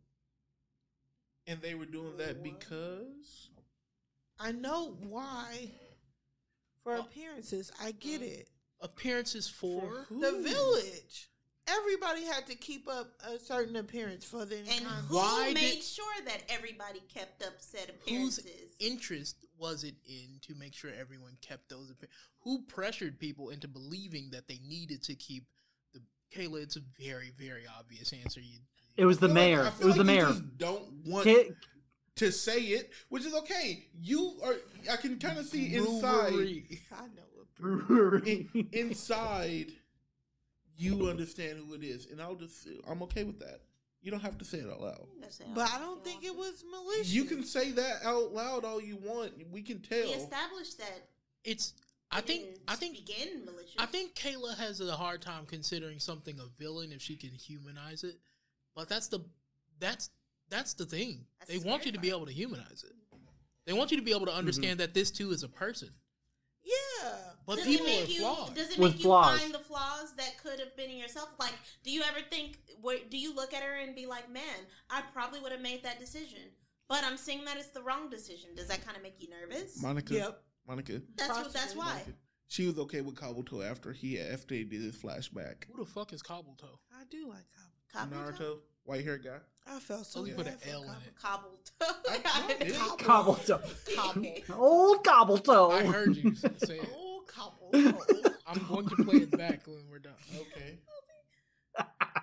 B: And they were doing that because
C: I know why. For
E: Well-
C: appearances, I get it.
E: Appearances for,
B: For who?
C: The
B: Ooh.
C: village. Everybody had to keep up a certain appearance for the
A: And
C: entire-
A: who
E: Why
A: made
E: did-
A: sure that everybody kept up said
E: whose
A: appearances?
E: interest was it in to make sure everyone kept those? appear- Who pressured people into believing that they needed to keep the Kayla? It's a very very obvious answer. You,
D: It was
B: I
D: the
B: feel like-
D: mayor.
B: I
D: It
B: feel
D: was the
B: like you
D: mayor.
B: just don't want
D: Ki-
B: to say it, which is okay. You are. I can kind of see inside.
E: Brewery.
C: I know what
D: brewery.
B: in- inside, you understand who it is, and I'll just. I'm okay with that. You don't have to say it out loud.
C: But I don't think it was malicious.
B: You can say that out loud all you want. We can
A: We
B: tell.
A: established that.
E: It's. I
A: it
E: think.
A: didn't
E: I think.
A: begin malicious.
E: I think Kayla has a hard time considering something a villain if she can humanize it. But that's the that's that's the thing.
A: That's
E: they
A: the
E: want
A: scary
E: you to be
A: part.
E: able to humanize it. They want you to be
B: Mm-hmm.
E: able to understand that this too is a person.
C: Yeah.
E: But
A: does
E: people
A: it
E: are
A: make you,
E: flawed.
A: Does it
D: With
A: make
D: flaws.
A: you find the flaws that could have been in yourself? Like, do you ever think? where- Do you look at her and be like, "Man, I probably would have made that decision," but I'm seeing that it's the wrong decision. Does that kind of make you nervous?
B: Monica.
C: Yep.
B: Monica.
A: that's what, that's
C: Prostitute.
A: why.
B: She was okay with Kabuto after he after he did his flashback.
E: Who the fuck is Cobbletoe?
C: I do like Cabo.
A: Kabuto.
B: Naruto, white hair guy.
C: I felt so
E: Oh, you
C: bad
E: put an
C: for
E: L in
C: Cabo.
E: it.
B: did.
A: Kabuto.
D: Cobbletoe.
A: Cobble.
D: Old Cobbletoe.
E: I heard you s- say it.
A: Oh, Kabuto.
E: I'm going to play it back when we're done.
B: Okay.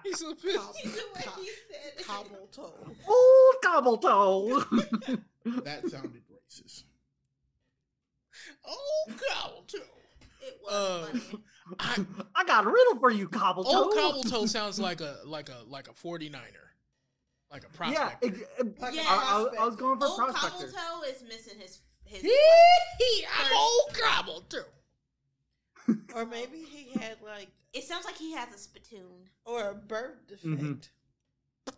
E: He's so pissed.
A: the way he said it.
C: Cobble toe.
D: Old Cobbletoe.
B: That sounded racist.
E: Oh, Cobbletoe.
A: It was
E: Um,
A: funny.
E: I,
D: I got a riddle for you, Cobbletoe.
E: old Cobbletoe Oh, sounds like a like a like a 49er. Like a
D: Yeah,
E: prospect.
D: ex- ex-
A: Like a
D: I, I- I was going for
A: Old
D: prospector.
A: Kabuto is missing his his.
E: I'm old Cobbletoe.
C: Or maybe he had like
A: It sounds like he has a spittoon.
C: or a birth defect.
D: Mhm.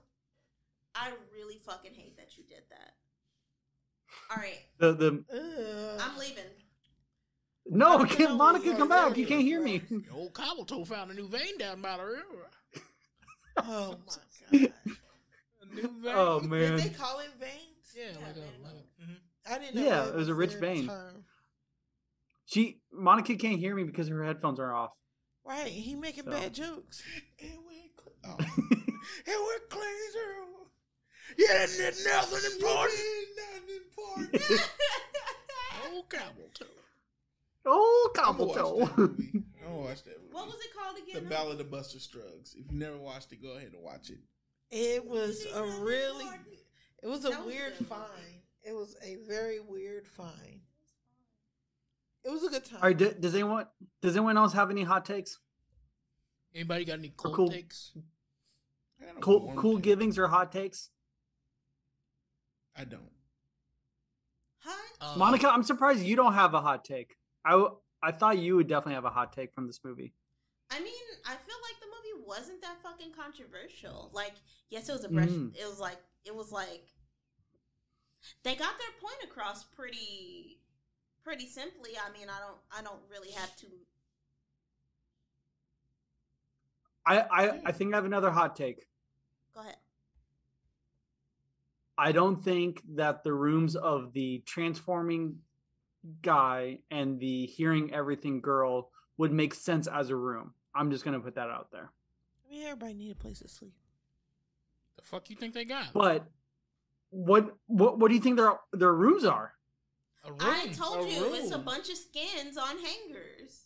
A: I really fucking hate that you did that. All right,
D: The the
C: Ugh.
A: I'm leaving.
D: no,
C: Monica,
D: can Monica
C: we
D: come
C: are
D: back? You can't hear me.
E: The old Cobbletoe found a new vein down by the river.
C: Oh my god.
E: A new vein.
D: Oh
C: Did they
D: man,
C: call it veins?
E: yeah, like a,
A: Yeah,
E: like a mhm.
C: I didn't know.
D: Yeah,
C: that
D: it was a rich
C: their
D: vein.
C: term.
D: she Monica can't hear me because her headphones are off.
C: Right. He making
D: So.
C: bad jokes.
B: And we cl- oh. and we're clean zero. Yeah, did nothing important. nothing important.
E: old Cobbletoe.
D: Oh,
B: I'm gonna watch that
D: Cobbletoe.
B: movie. I'm gonna watch that movie.
A: What was it called
B: The
A: again?
B: Ballad of Buster Scruggs. If you never watched it, go ahead and watch it.
C: It was a
A: Nothing
C: really.
A: important.
C: It was a
A: That was
C: weird
A: good.
C: find. It was a very weird find. It was a good time.
D: All right, d- does anyone does anyone else have any hot takes?
E: Anybody got any cold
D: Cool.
E: takes?
B: I got a
D: Cool,
B: warm
D: cool
B: take.
D: givings or hot takes?
B: I don't.
A: Huh?
E: Uh,
D: Monica, I'm surprised you don't have a hot take. I w- I thought you would definitely have a hot take from this movie.
A: I mean, I feel like the movie wasn't that fucking controversial. Like, yes, it was a brush.
D: Mm.
A: It was like it was like they got their point across pretty pretty simply. I mean, I don't I don't really have to.
D: I I, I think I have another hot take.
A: Go ahead.
D: I don't think that the rooms of the transforming guy and the hearing everything girl would make sense as a room. I'm just gonna put that out there.
C: I mean, everybody need a place to sleep.
E: the fuck you think they got?
D: But what what what do you think their their rooms are?
E: A room.
A: I told
B: a
A: you it's a
B: room.
A: bunch of skins on hangers.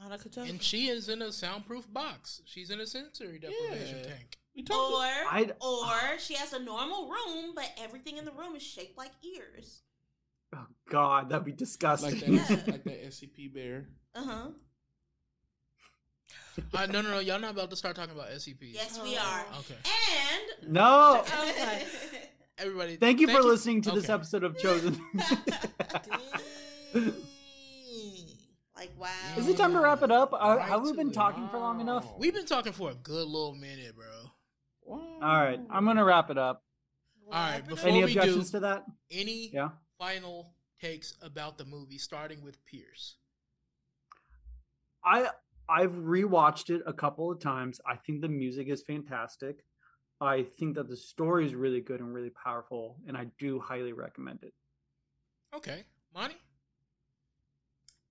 C: Monica told
E: and
C: me.
E: she is in a soundproof box. She's in a sensory deprivation
B: Yeah.
E: tank.
B: We talked.
A: Or
D: I-
A: or she has a normal room, but everything in the room is shaped like ears.
D: Oh God, that'd be
B: like
D: disgusting.
A: Yeah.
B: that, like that SCP bear.
A: Uh huh.
E: Uh, no, no, no. Y'all not about to start talking about SCPs.
A: Yes, we are.
E: Okay.
D: Oh.
A: And
D: no.
C: I
E: Everybody.
D: Thank you for listening to this
E: Okay.
D: episode of Chosen.
C: Dang.
A: like Wow.
D: Is it time to wrap it up? Are, have we
B: Right
D: been
B: to-
D: talking for long enough?
B: Wow.
E: We've been talking for a good little minute, bro.
B: Wow.
D: All right, I'm gonna wrap it up.
E: All right, before
D: Any
E: we do,
D: objections to that?
E: any
D: Yeah.
E: final takes about the movie, starting with Pierce?
D: I I've rewatched it a couple of times. I think the music is fantastic. I think that the story is really good and really powerful, and I do highly recommend it.
E: Okay, Monty.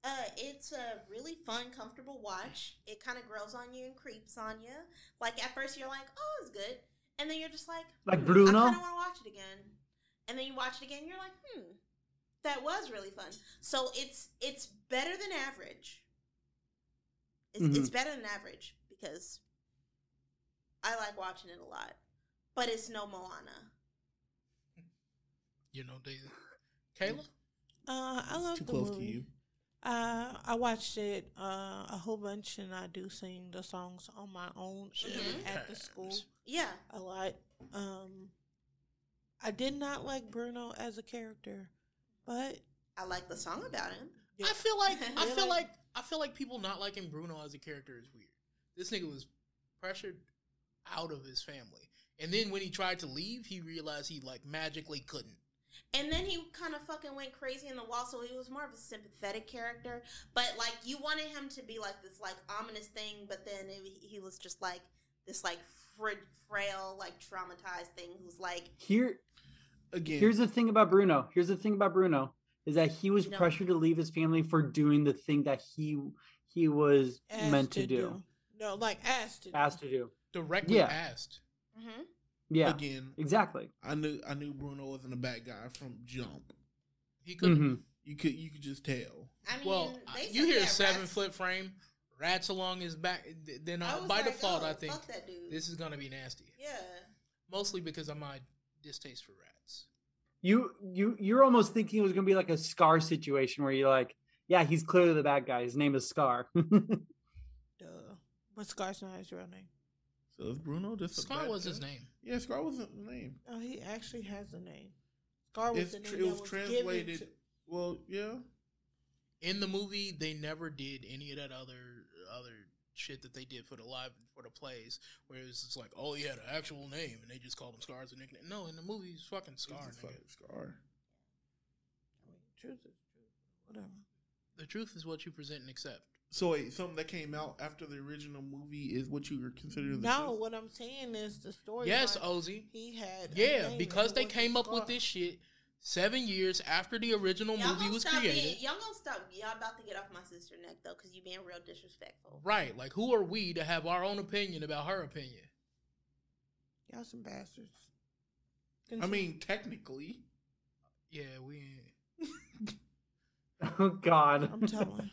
A: Uh, it's a really fun, comfortable watch. It kind of grows on you and creeps on you. Like at first, you're like, "Oh, it's good," and then you're just like,
D: Like
A: "Hmm,
D: Bruno?
A: I kind of want to watch it again." And then you watch it again, you're like, "Hmm, that was really fun." So it's it's better than average. It's, it's better than average because I like watching it a lot, but it's no Moana.
E: You know, Daisy. Kayla.
C: Uh, I
B: It's
C: love
B: too
C: the
B: close
C: movie.
B: to you.
C: Uh, I watched it uh, a whole bunch, and I do sing the songs on my own
E: Seven
C: at the
E: times.
C: school
A: Yeah,
C: a lot. Um, I did not like Bruno as a character, but
A: I like the song about him.
E: I feel like I feel
C: Really?
E: like I feel like people not liking Bruno as a character is weird. This nigga was pressured out of his family, and then when he tried to leave, he realized he like magically couldn't.
A: And then he kind of fucking went crazy in the wall, so he was more of a sympathetic character. But like, you wanted him to be like this like ominous thing, but then it, he was just like this like fra- frail, like traumatized thing who's like,
D: Here,
B: Again,
D: here's the thing about Bruno. Here's the thing about Bruno is that he was
A: No.
D: pressured to leave his family for doing the thing that he he was
C: asked
D: meant to, do,
C: no, like asked to
D: asked
C: do.
D: to do.
E: Directly
D: Yeah.
E: asked.
A: mm-hmm.
D: Yeah,
B: again,
D: exactly.
B: I knew I knew Bruno wasn't a bad guy from jump.
E: He couldn't.
D: hmm
B: You could you could just tell.
A: I mean,
E: Well,
A: they said
E: you
A: he
E: hear
A: had
E: seven
A: rats.
E: foot frame, rats along his back. th- Then
A: I
E: I,
A: was
E: by
A: like,
E: default,
A: oh,
E: I think
A: fuck that dude.
E: this is gonna be nasty.
A: yeah,
E: Mostly because of my distaste for rats.
D: You you you're almost thinking it was gonna be like a Scar situation where you're like, yeah, he's clearly the bad guy. His name is Scar.
C: Duh. But Scar's not his real name.
B: So is Bruno just a
E: Scar
B: bad
E: was his
B: guy?
E: name.
B: Yeah, Scar wasn't the name.
C: Oh, he actually has a name. Scar was
B: It's,
C: the name
B: tr-
C: that
B: it was
C: was
B: translated.
C: Given to,
B: well, yeah,
E: In the movie, they never did any of that other other shit that they did for the live for the plays, where it's just like, oh, he had an actual name, and they just called him Scar as a nickname. No, in the movie, he's fucking Scar.
B: Scar.
E: nigga.
B: Fucking Scar.
C: I mean, truth is truth. Whatever.
E: The truth is what you present and accept.
B: So wait, something that came out after the original movie is what you consider the
C: No,
B: truth?
C: what I'm saying is the story.
E: yes,
C: line,
E: Ozzy.
C: he had. a
E: Yeah,
C: name and
E: because
C: it
E: they
C: wasn't
E: came up with
C: Scar.
E: this shit seven years after the original
A: y'all
E: movie
A: gonna
E: was
A: stop
E: created.
A: being- y'all gonna stop? Y'all about to get off my sister neck though, because you being real disrespectful.
E: Right. Like, who are we to have our own opinion about her opinion?
C: Y'all some bastards.
B: I mean, technically,
E: Yeah, we.
D: oh God.
C: I'm telling.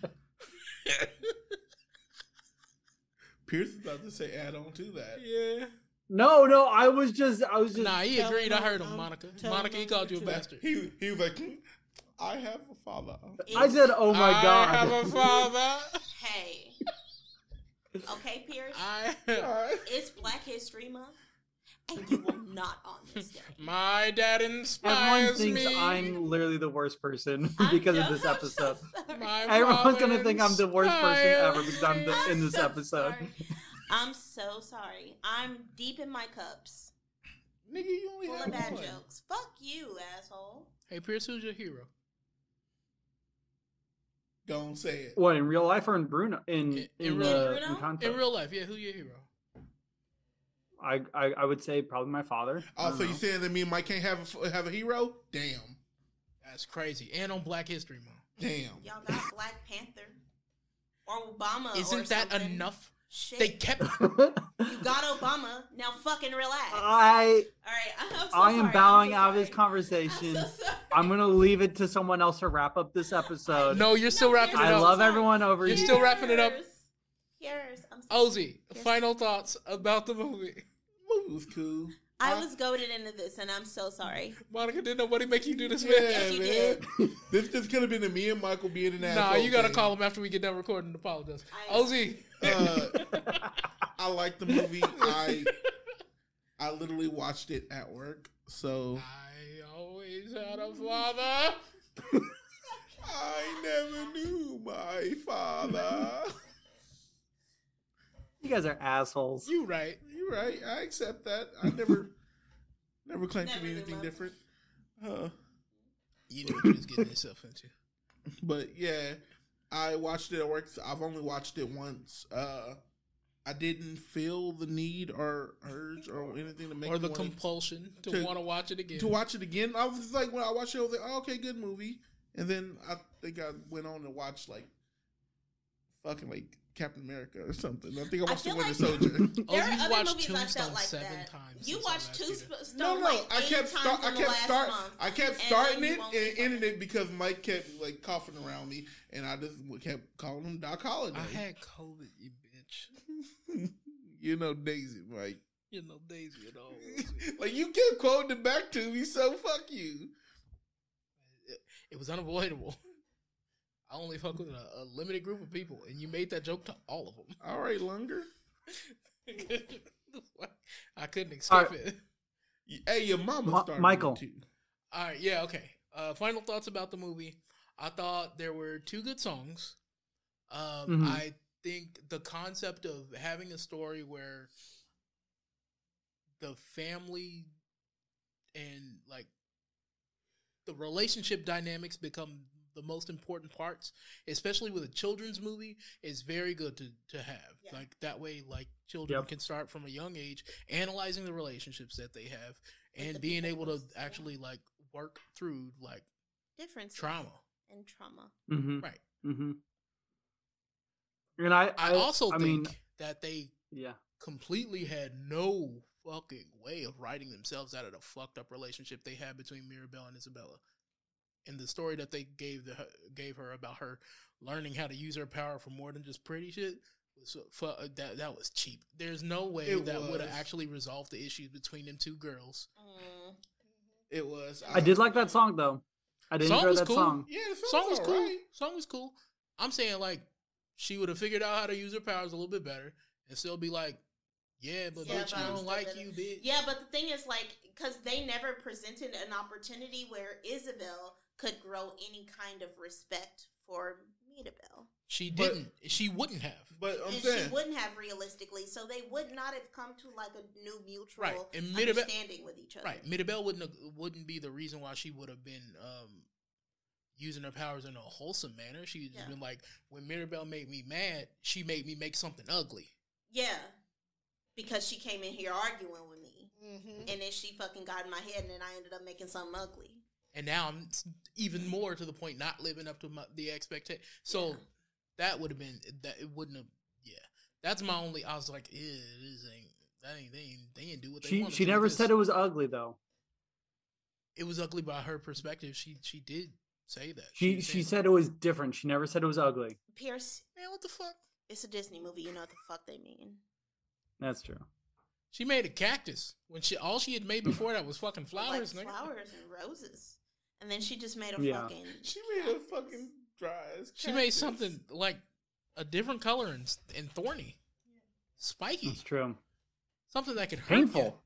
B: Pierce is about to say add on to that.
E: Yeah.
D: No, no, I was just, I was just.
E: Nah, he
C: tell
E: agreed. I
C: him
E: heard
C: I'm-
E: him, Monica.
C: tell
E: Monica, he
C: him
E: called you a
C: to-
E: bastard.
B: He he was like, "Hmm, I have a father.
D: I said, "Oh my
E: I have
D: god!"
E: a father.
A: Hey. Okay, Pierce.
E: I.
A: It's Black History Month, and you will not on this day.
E: My dad
D: Everyone
E: inspires
D: thinks
E: me.
D: I'm literally the worst person
A: I'm
D: because of
A: so-
D: this
A: I'm
D: episode.
A: so sorry.
E: My
D: Everyone's
E: father
D: gonna think I'm the worst person ever
E: inspires
D: because I'm the,
E: me.
D: in this
A: so
D: episode.
A: sorry. I'm so sorry. I'm deep in my cups,
B: Nigga, you only
A: full
B: have
A: of bad
B: one.
A: jokes. Fuck you, asshole.
E: Hey, Pierce, who's your hero?
B: Don't say it.
D: What in real life or in Bruno? In
E: In-
D: in,
E: in real-
D: uh,
A: Bruno?
D: in context,
E: In real life, yeah, who your hero?
D: I, I I would say probably my father. I don't
B: Also, Oh, you
E: Uh-huh.
D: know.
B: saying that me and Mike can't have a, f- have a hero? Damn,
E: That's crazy. And on Black History Month.
B: damn.
A: Y'all got Black Panther or Obama. Uh, or
E: Isn't that
A: something.
E: enough?
A: Shit.
E: They kept.
A: you got Obama. Now fucking relax.
D: I
A: All right. I'm so
D: Uh, I am
A: sorry.
D: bowing
A: I'm so
D: out of this
A: sorry.
D: conversation.
A: I'm so sorry.
D: I'm gonna leave it to someone else to wrap up this episode.
E: No, you're still
A: No,
E: wrapping it
A: Pierce,
D: I
A: I'm
E: up.
D: love
A: sorry.
D: everyone over
E: You're
D: here.
E: still wrapping it up. Oh,
A: Pierce. Pierce, I'm so
E: Ozzy,
A: Yes.
E: final thoughts about the movie.
B: Movie was cool.
A: I was goaded into this, and I'm so sorry.
E: Monica, did nobody make you do this,
B: Yeah,
E: man?
A: Yes, you
B: man. this just could have been a me and Michael being an
E: Nah,
B: asshole.
E: you gotta
B: thing.
E: call him after we get done recording and apologize.
A: I-
E: Ozzy,
B: Uh, I like the movie. I I literally watched it at work, so
E: I always had a
B: I
E: father.
B: I never knew my father.
D: You guys are assholes.
E: You right.
B: You're right. I accept that. I never, never claimed to
A: Never
B: be
A: knew
B: anything
A: my-
B: different. Uh,
E: You knew what you was getting yourself into.
B: but yeah, I watched it at work. So I've only watched it once. Uh, I didn't feel the need or urge or anything to make
E: Or the
B: me wanna-
E: compulsion to
B: to-
E: want to watch it again.
B: to watch it again. I was just like, when I watched it, I was like, oh, okay, good movie. And then I think I went on to watch like fucking like Captain America or something. I think I
A: I
B: watched The
A: feel
B: Winter
A: like-
B: Soldier.
E: Oh,
A: There
E: you
A: are other
E: watched
A: movies I
E: Tombstone
A: felt like
E: seven
A: that.
E: times
A: You
E: since I
A: watched
E: last
A: two
E: did it.
A: Tombstone
B: No, no,
A: like
B: I
A: eight times
B: kept start. I
A: in the
B: kept
A: last
B: start.
A: month.
B: I kept
A: and
B: starting
A: you
B: it
A: won't
B: and
A: be
B: ending
A: fucking-
B: it because Mike kept like coughing around me, and I just kept calling him Doc Holliday.
E: I had COVID, you bitch.
B: you know Daisy, Mike.
E: You know Daisy and all. was it?
B: like you kept quoting it back to me, so fuck you.
E: It was unavoidable. I only fuck with a, a limited group of people, and you made that joke to all of them.
B: All right, Lunger.
E: I couldn't escape
D: Alright.
E: it.
B: Hey, your mama
D: Ma-
B: started
D: Michael.
B: it too.
E: All right, yeah, okay. Uh, final thoughts about the movie. I thought there were two good songs. Um,
D: Mhm.
E: I think the concept of having a story where the family and like the relationship dynamics become the most important parts, especially with a children's movie, is very good to, to have.
A: Yeah.
E: Like that way, like children
D: Yep.
E: can start from a young age analyzing the relationships that they have
A: With
E: and
A: the
E: being
A: people
E: able to
A: first, yeah.
E: actually like work through like
A: Differences
E: trauma.
A: and trauma.
D: Mm-hmm.
E: Right.
D: Mm-hmm. And I,
E: I, also
D: I
E: think
D: mean,
E: that they
D: yeah.
E: completely had no fucking way of writing themselves out of the fucked up relationship they had between Mirabelle and Isabella. And the story that they gave the gave her about her learning how to use her power for more than just pretty shit was fu- uh, that that was cheap. There's no way
B: It
E: that would have
B: was.
E: actually resolved the issues between them two girls.
A: Mm.
B: It was. uh,
D: I did like that song though. I did
E: uh, Song
D: enjoy
E: was
D: that
E: cool.
D: song.
B: Yeah, the
E: song was cool. Song was cool. I'm saying like she would have figured out how to use her powers a little bit better and still be like, yeah, but
A: Yeah,
E: bitch,
A: but
E: I
A: I'm
E: don't
A: still
E: like
A: better."
E: you, bitch.
A: Yeah, but the thing is, like, because they never presented an opportunity where Isabel could grow any kind of respect for Mirabelle.
E: She
B: But-
E: didn't. she wouldn't have.
B: But I'm
A: and
B: saying
A: she wouldn't have realistically, so they would not have come to like a new mutual
E: Right, and Mirabelle-
A: understanding with each other.
E: Right. Mirabelle wouldn't wouldn't be the reason why she would have been um using her powers in a wholesome manner. She'd just
A: Yeah.
E: been like, when Mirabelle made me mad, she made me make something ugly.
A: Yeah, because she came in here arguing with me, and then she fucking got in my head, and then I ended up making something ugly.
E: And now I'm s- even more to the point not living up to my, the expectation. So
A: Yeah.
E: that would have been that it wouldn't have. Yeah, that's my only. I was like, yeah, this ain't that ain't they ain't, they ain't do what they
D: She
E: wanted
D: she
E: to with
D: never
E: this."
D: said it was ugly though.
E: It was ugly by her perspective. She she did say that.
D: She she
E: said,
D: said it was different. She never said it was ugly.
A: Pierce,
E: man, what the fuck?
A: it's a Disney movie. You know what the fuck they mean.
D: That's true.
E: She made a cactus when she all she had
D: Hmm.
E: made before that was fucking flowers.
A: like
E: nigga.
A: flowers and roses, and then she just made a
D: Yeah.
A: fucking.
B: she made a fucking dry. ass
E: She made
B: cactus.
E: something like a different color and s- and thorny, spiky,
D: That's true.
E: something that could hurt you.
D: Painful.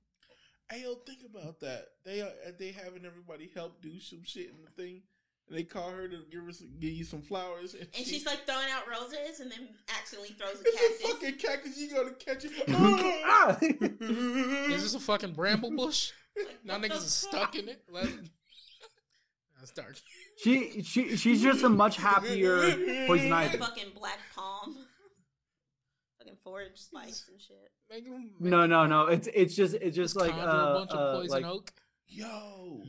B: Hey, yo, think about that. They are they having everybody help do some shit in the thing, and they call her to give her some, give you some flowers, and,
A: And
B: she-
A: she's like throwing out roses, and then accidentally throws a cactus.
B: "It's a fucking cactus. You gonna catch it?"
D: Ah!
C: Mm-hmm.
E: Is this a fucking bramble bush?
A: Like,
E: Now
A: what the
E: niggas is
A: fuck?
E: stuck in it. Like, that's dark.
D: she she she's just a much happier poison ivy.
A: Fucking black palm. fucking forage spice and shit.
E: Make 'em- make
D: No,
E: 'em
D: no, no. It's it's just it's just like
E: conjure
D: uh,
E: a bunch
D: uh,
E: of poison
D: like
E: oak.
B: Yo,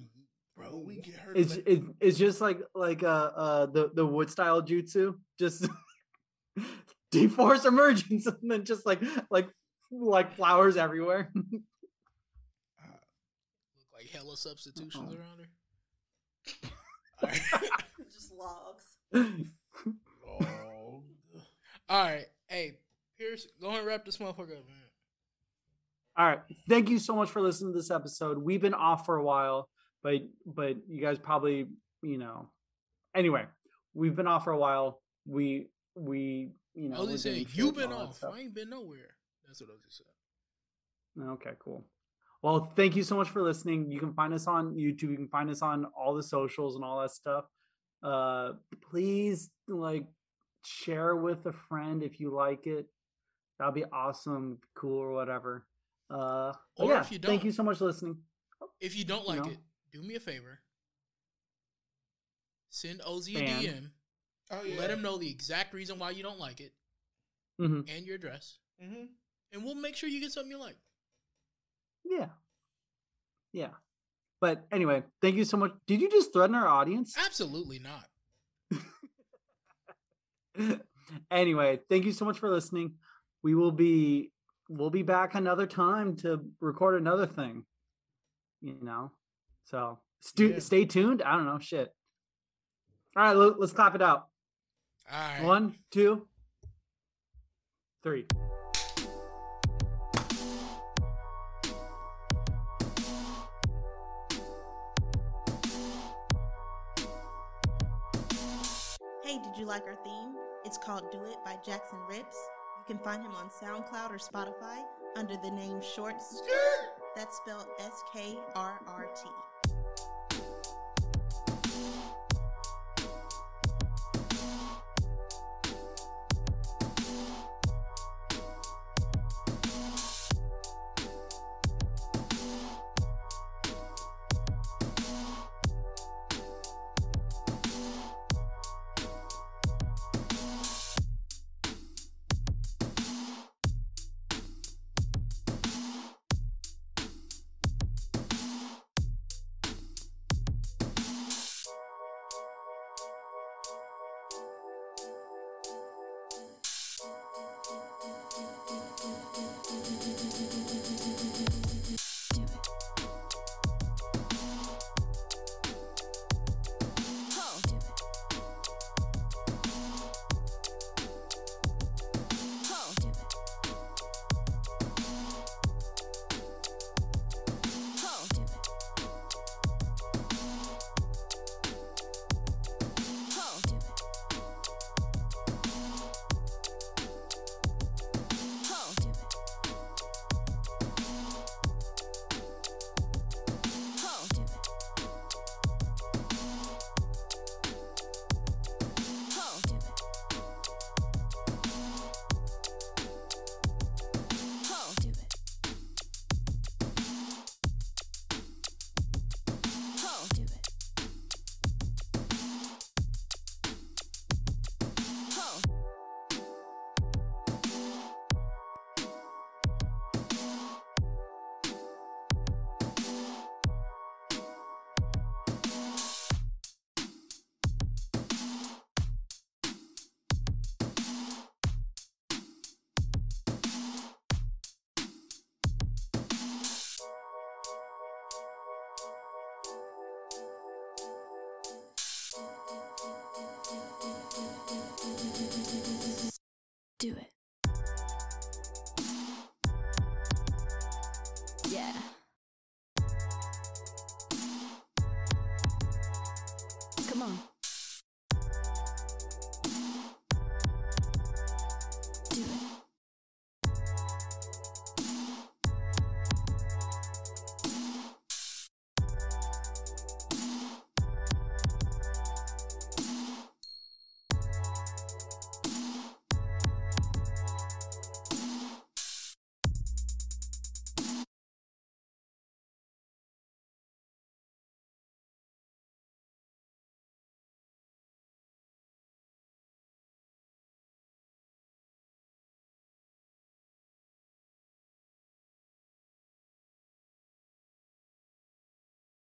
B: bro, we get her.
D: it's
B: like-
D: it, it's just like like uh uh the the wood style jutsu just deforce emergence and then just like like like flowers everywhere
E: Look like hella substitutions
D: Uh-uh.
E: around her. All right.
A: Just logs.
B: oh,
E: All right. Hey, Pierce, go and wrap this motherfucker up, man.
D: all right thank you so much for listening to this episode we've been off for a while but but you guys probably you know anyway we've been off for a while we we you know
E: I was
D: we're
E: just
D: doing
E: saying,
D: shit
E: you've
D: and
E: been
D: all that
E: off.
D: stuff.
E: I ain't been nowhere. That's what I was just saying.
D: Okay, cool. Well, thank you so much for listening. You can find us on YouTube. You can find us on all the socials and all that stuff. Uh, please like share with a friend if you like it. That'd be awesome, cool or whatever. Uh, but
E: Or
D: yeah,
E: if you
D: thank
E: don't.
D: you so much for listening.
E: If you don't like
D: No.
E: it, do me a favor. Send Ozzy a
D: Fan.
E: DM.
B: Oh yeah.
E: Let him know the exact reason why you don't like it
D: hmm
E: and your address,
B: Mm-hmm.
E: and we'll make sure you get something you like.
D: Yeah, yeah. But anyway, thank you so much. Did you just threaten our audience?
E: Absolutely not.
D: anyway, thank you so much for listening. We will be we'll be back another time to record another thing. You know. So stu-
B: Yeah.
D: stay tuned. I don't know. Shit. All right, Luke, let's clap it out.
E: All right.
D: One, two, three.
A: Hey, did you like our theme? It's called Do It by Jackson Rips. You can find him on SoundCloud or Spotify under the name Short Skirt. That's spelled S K R R T.
F: Do it. Yeah. Come on.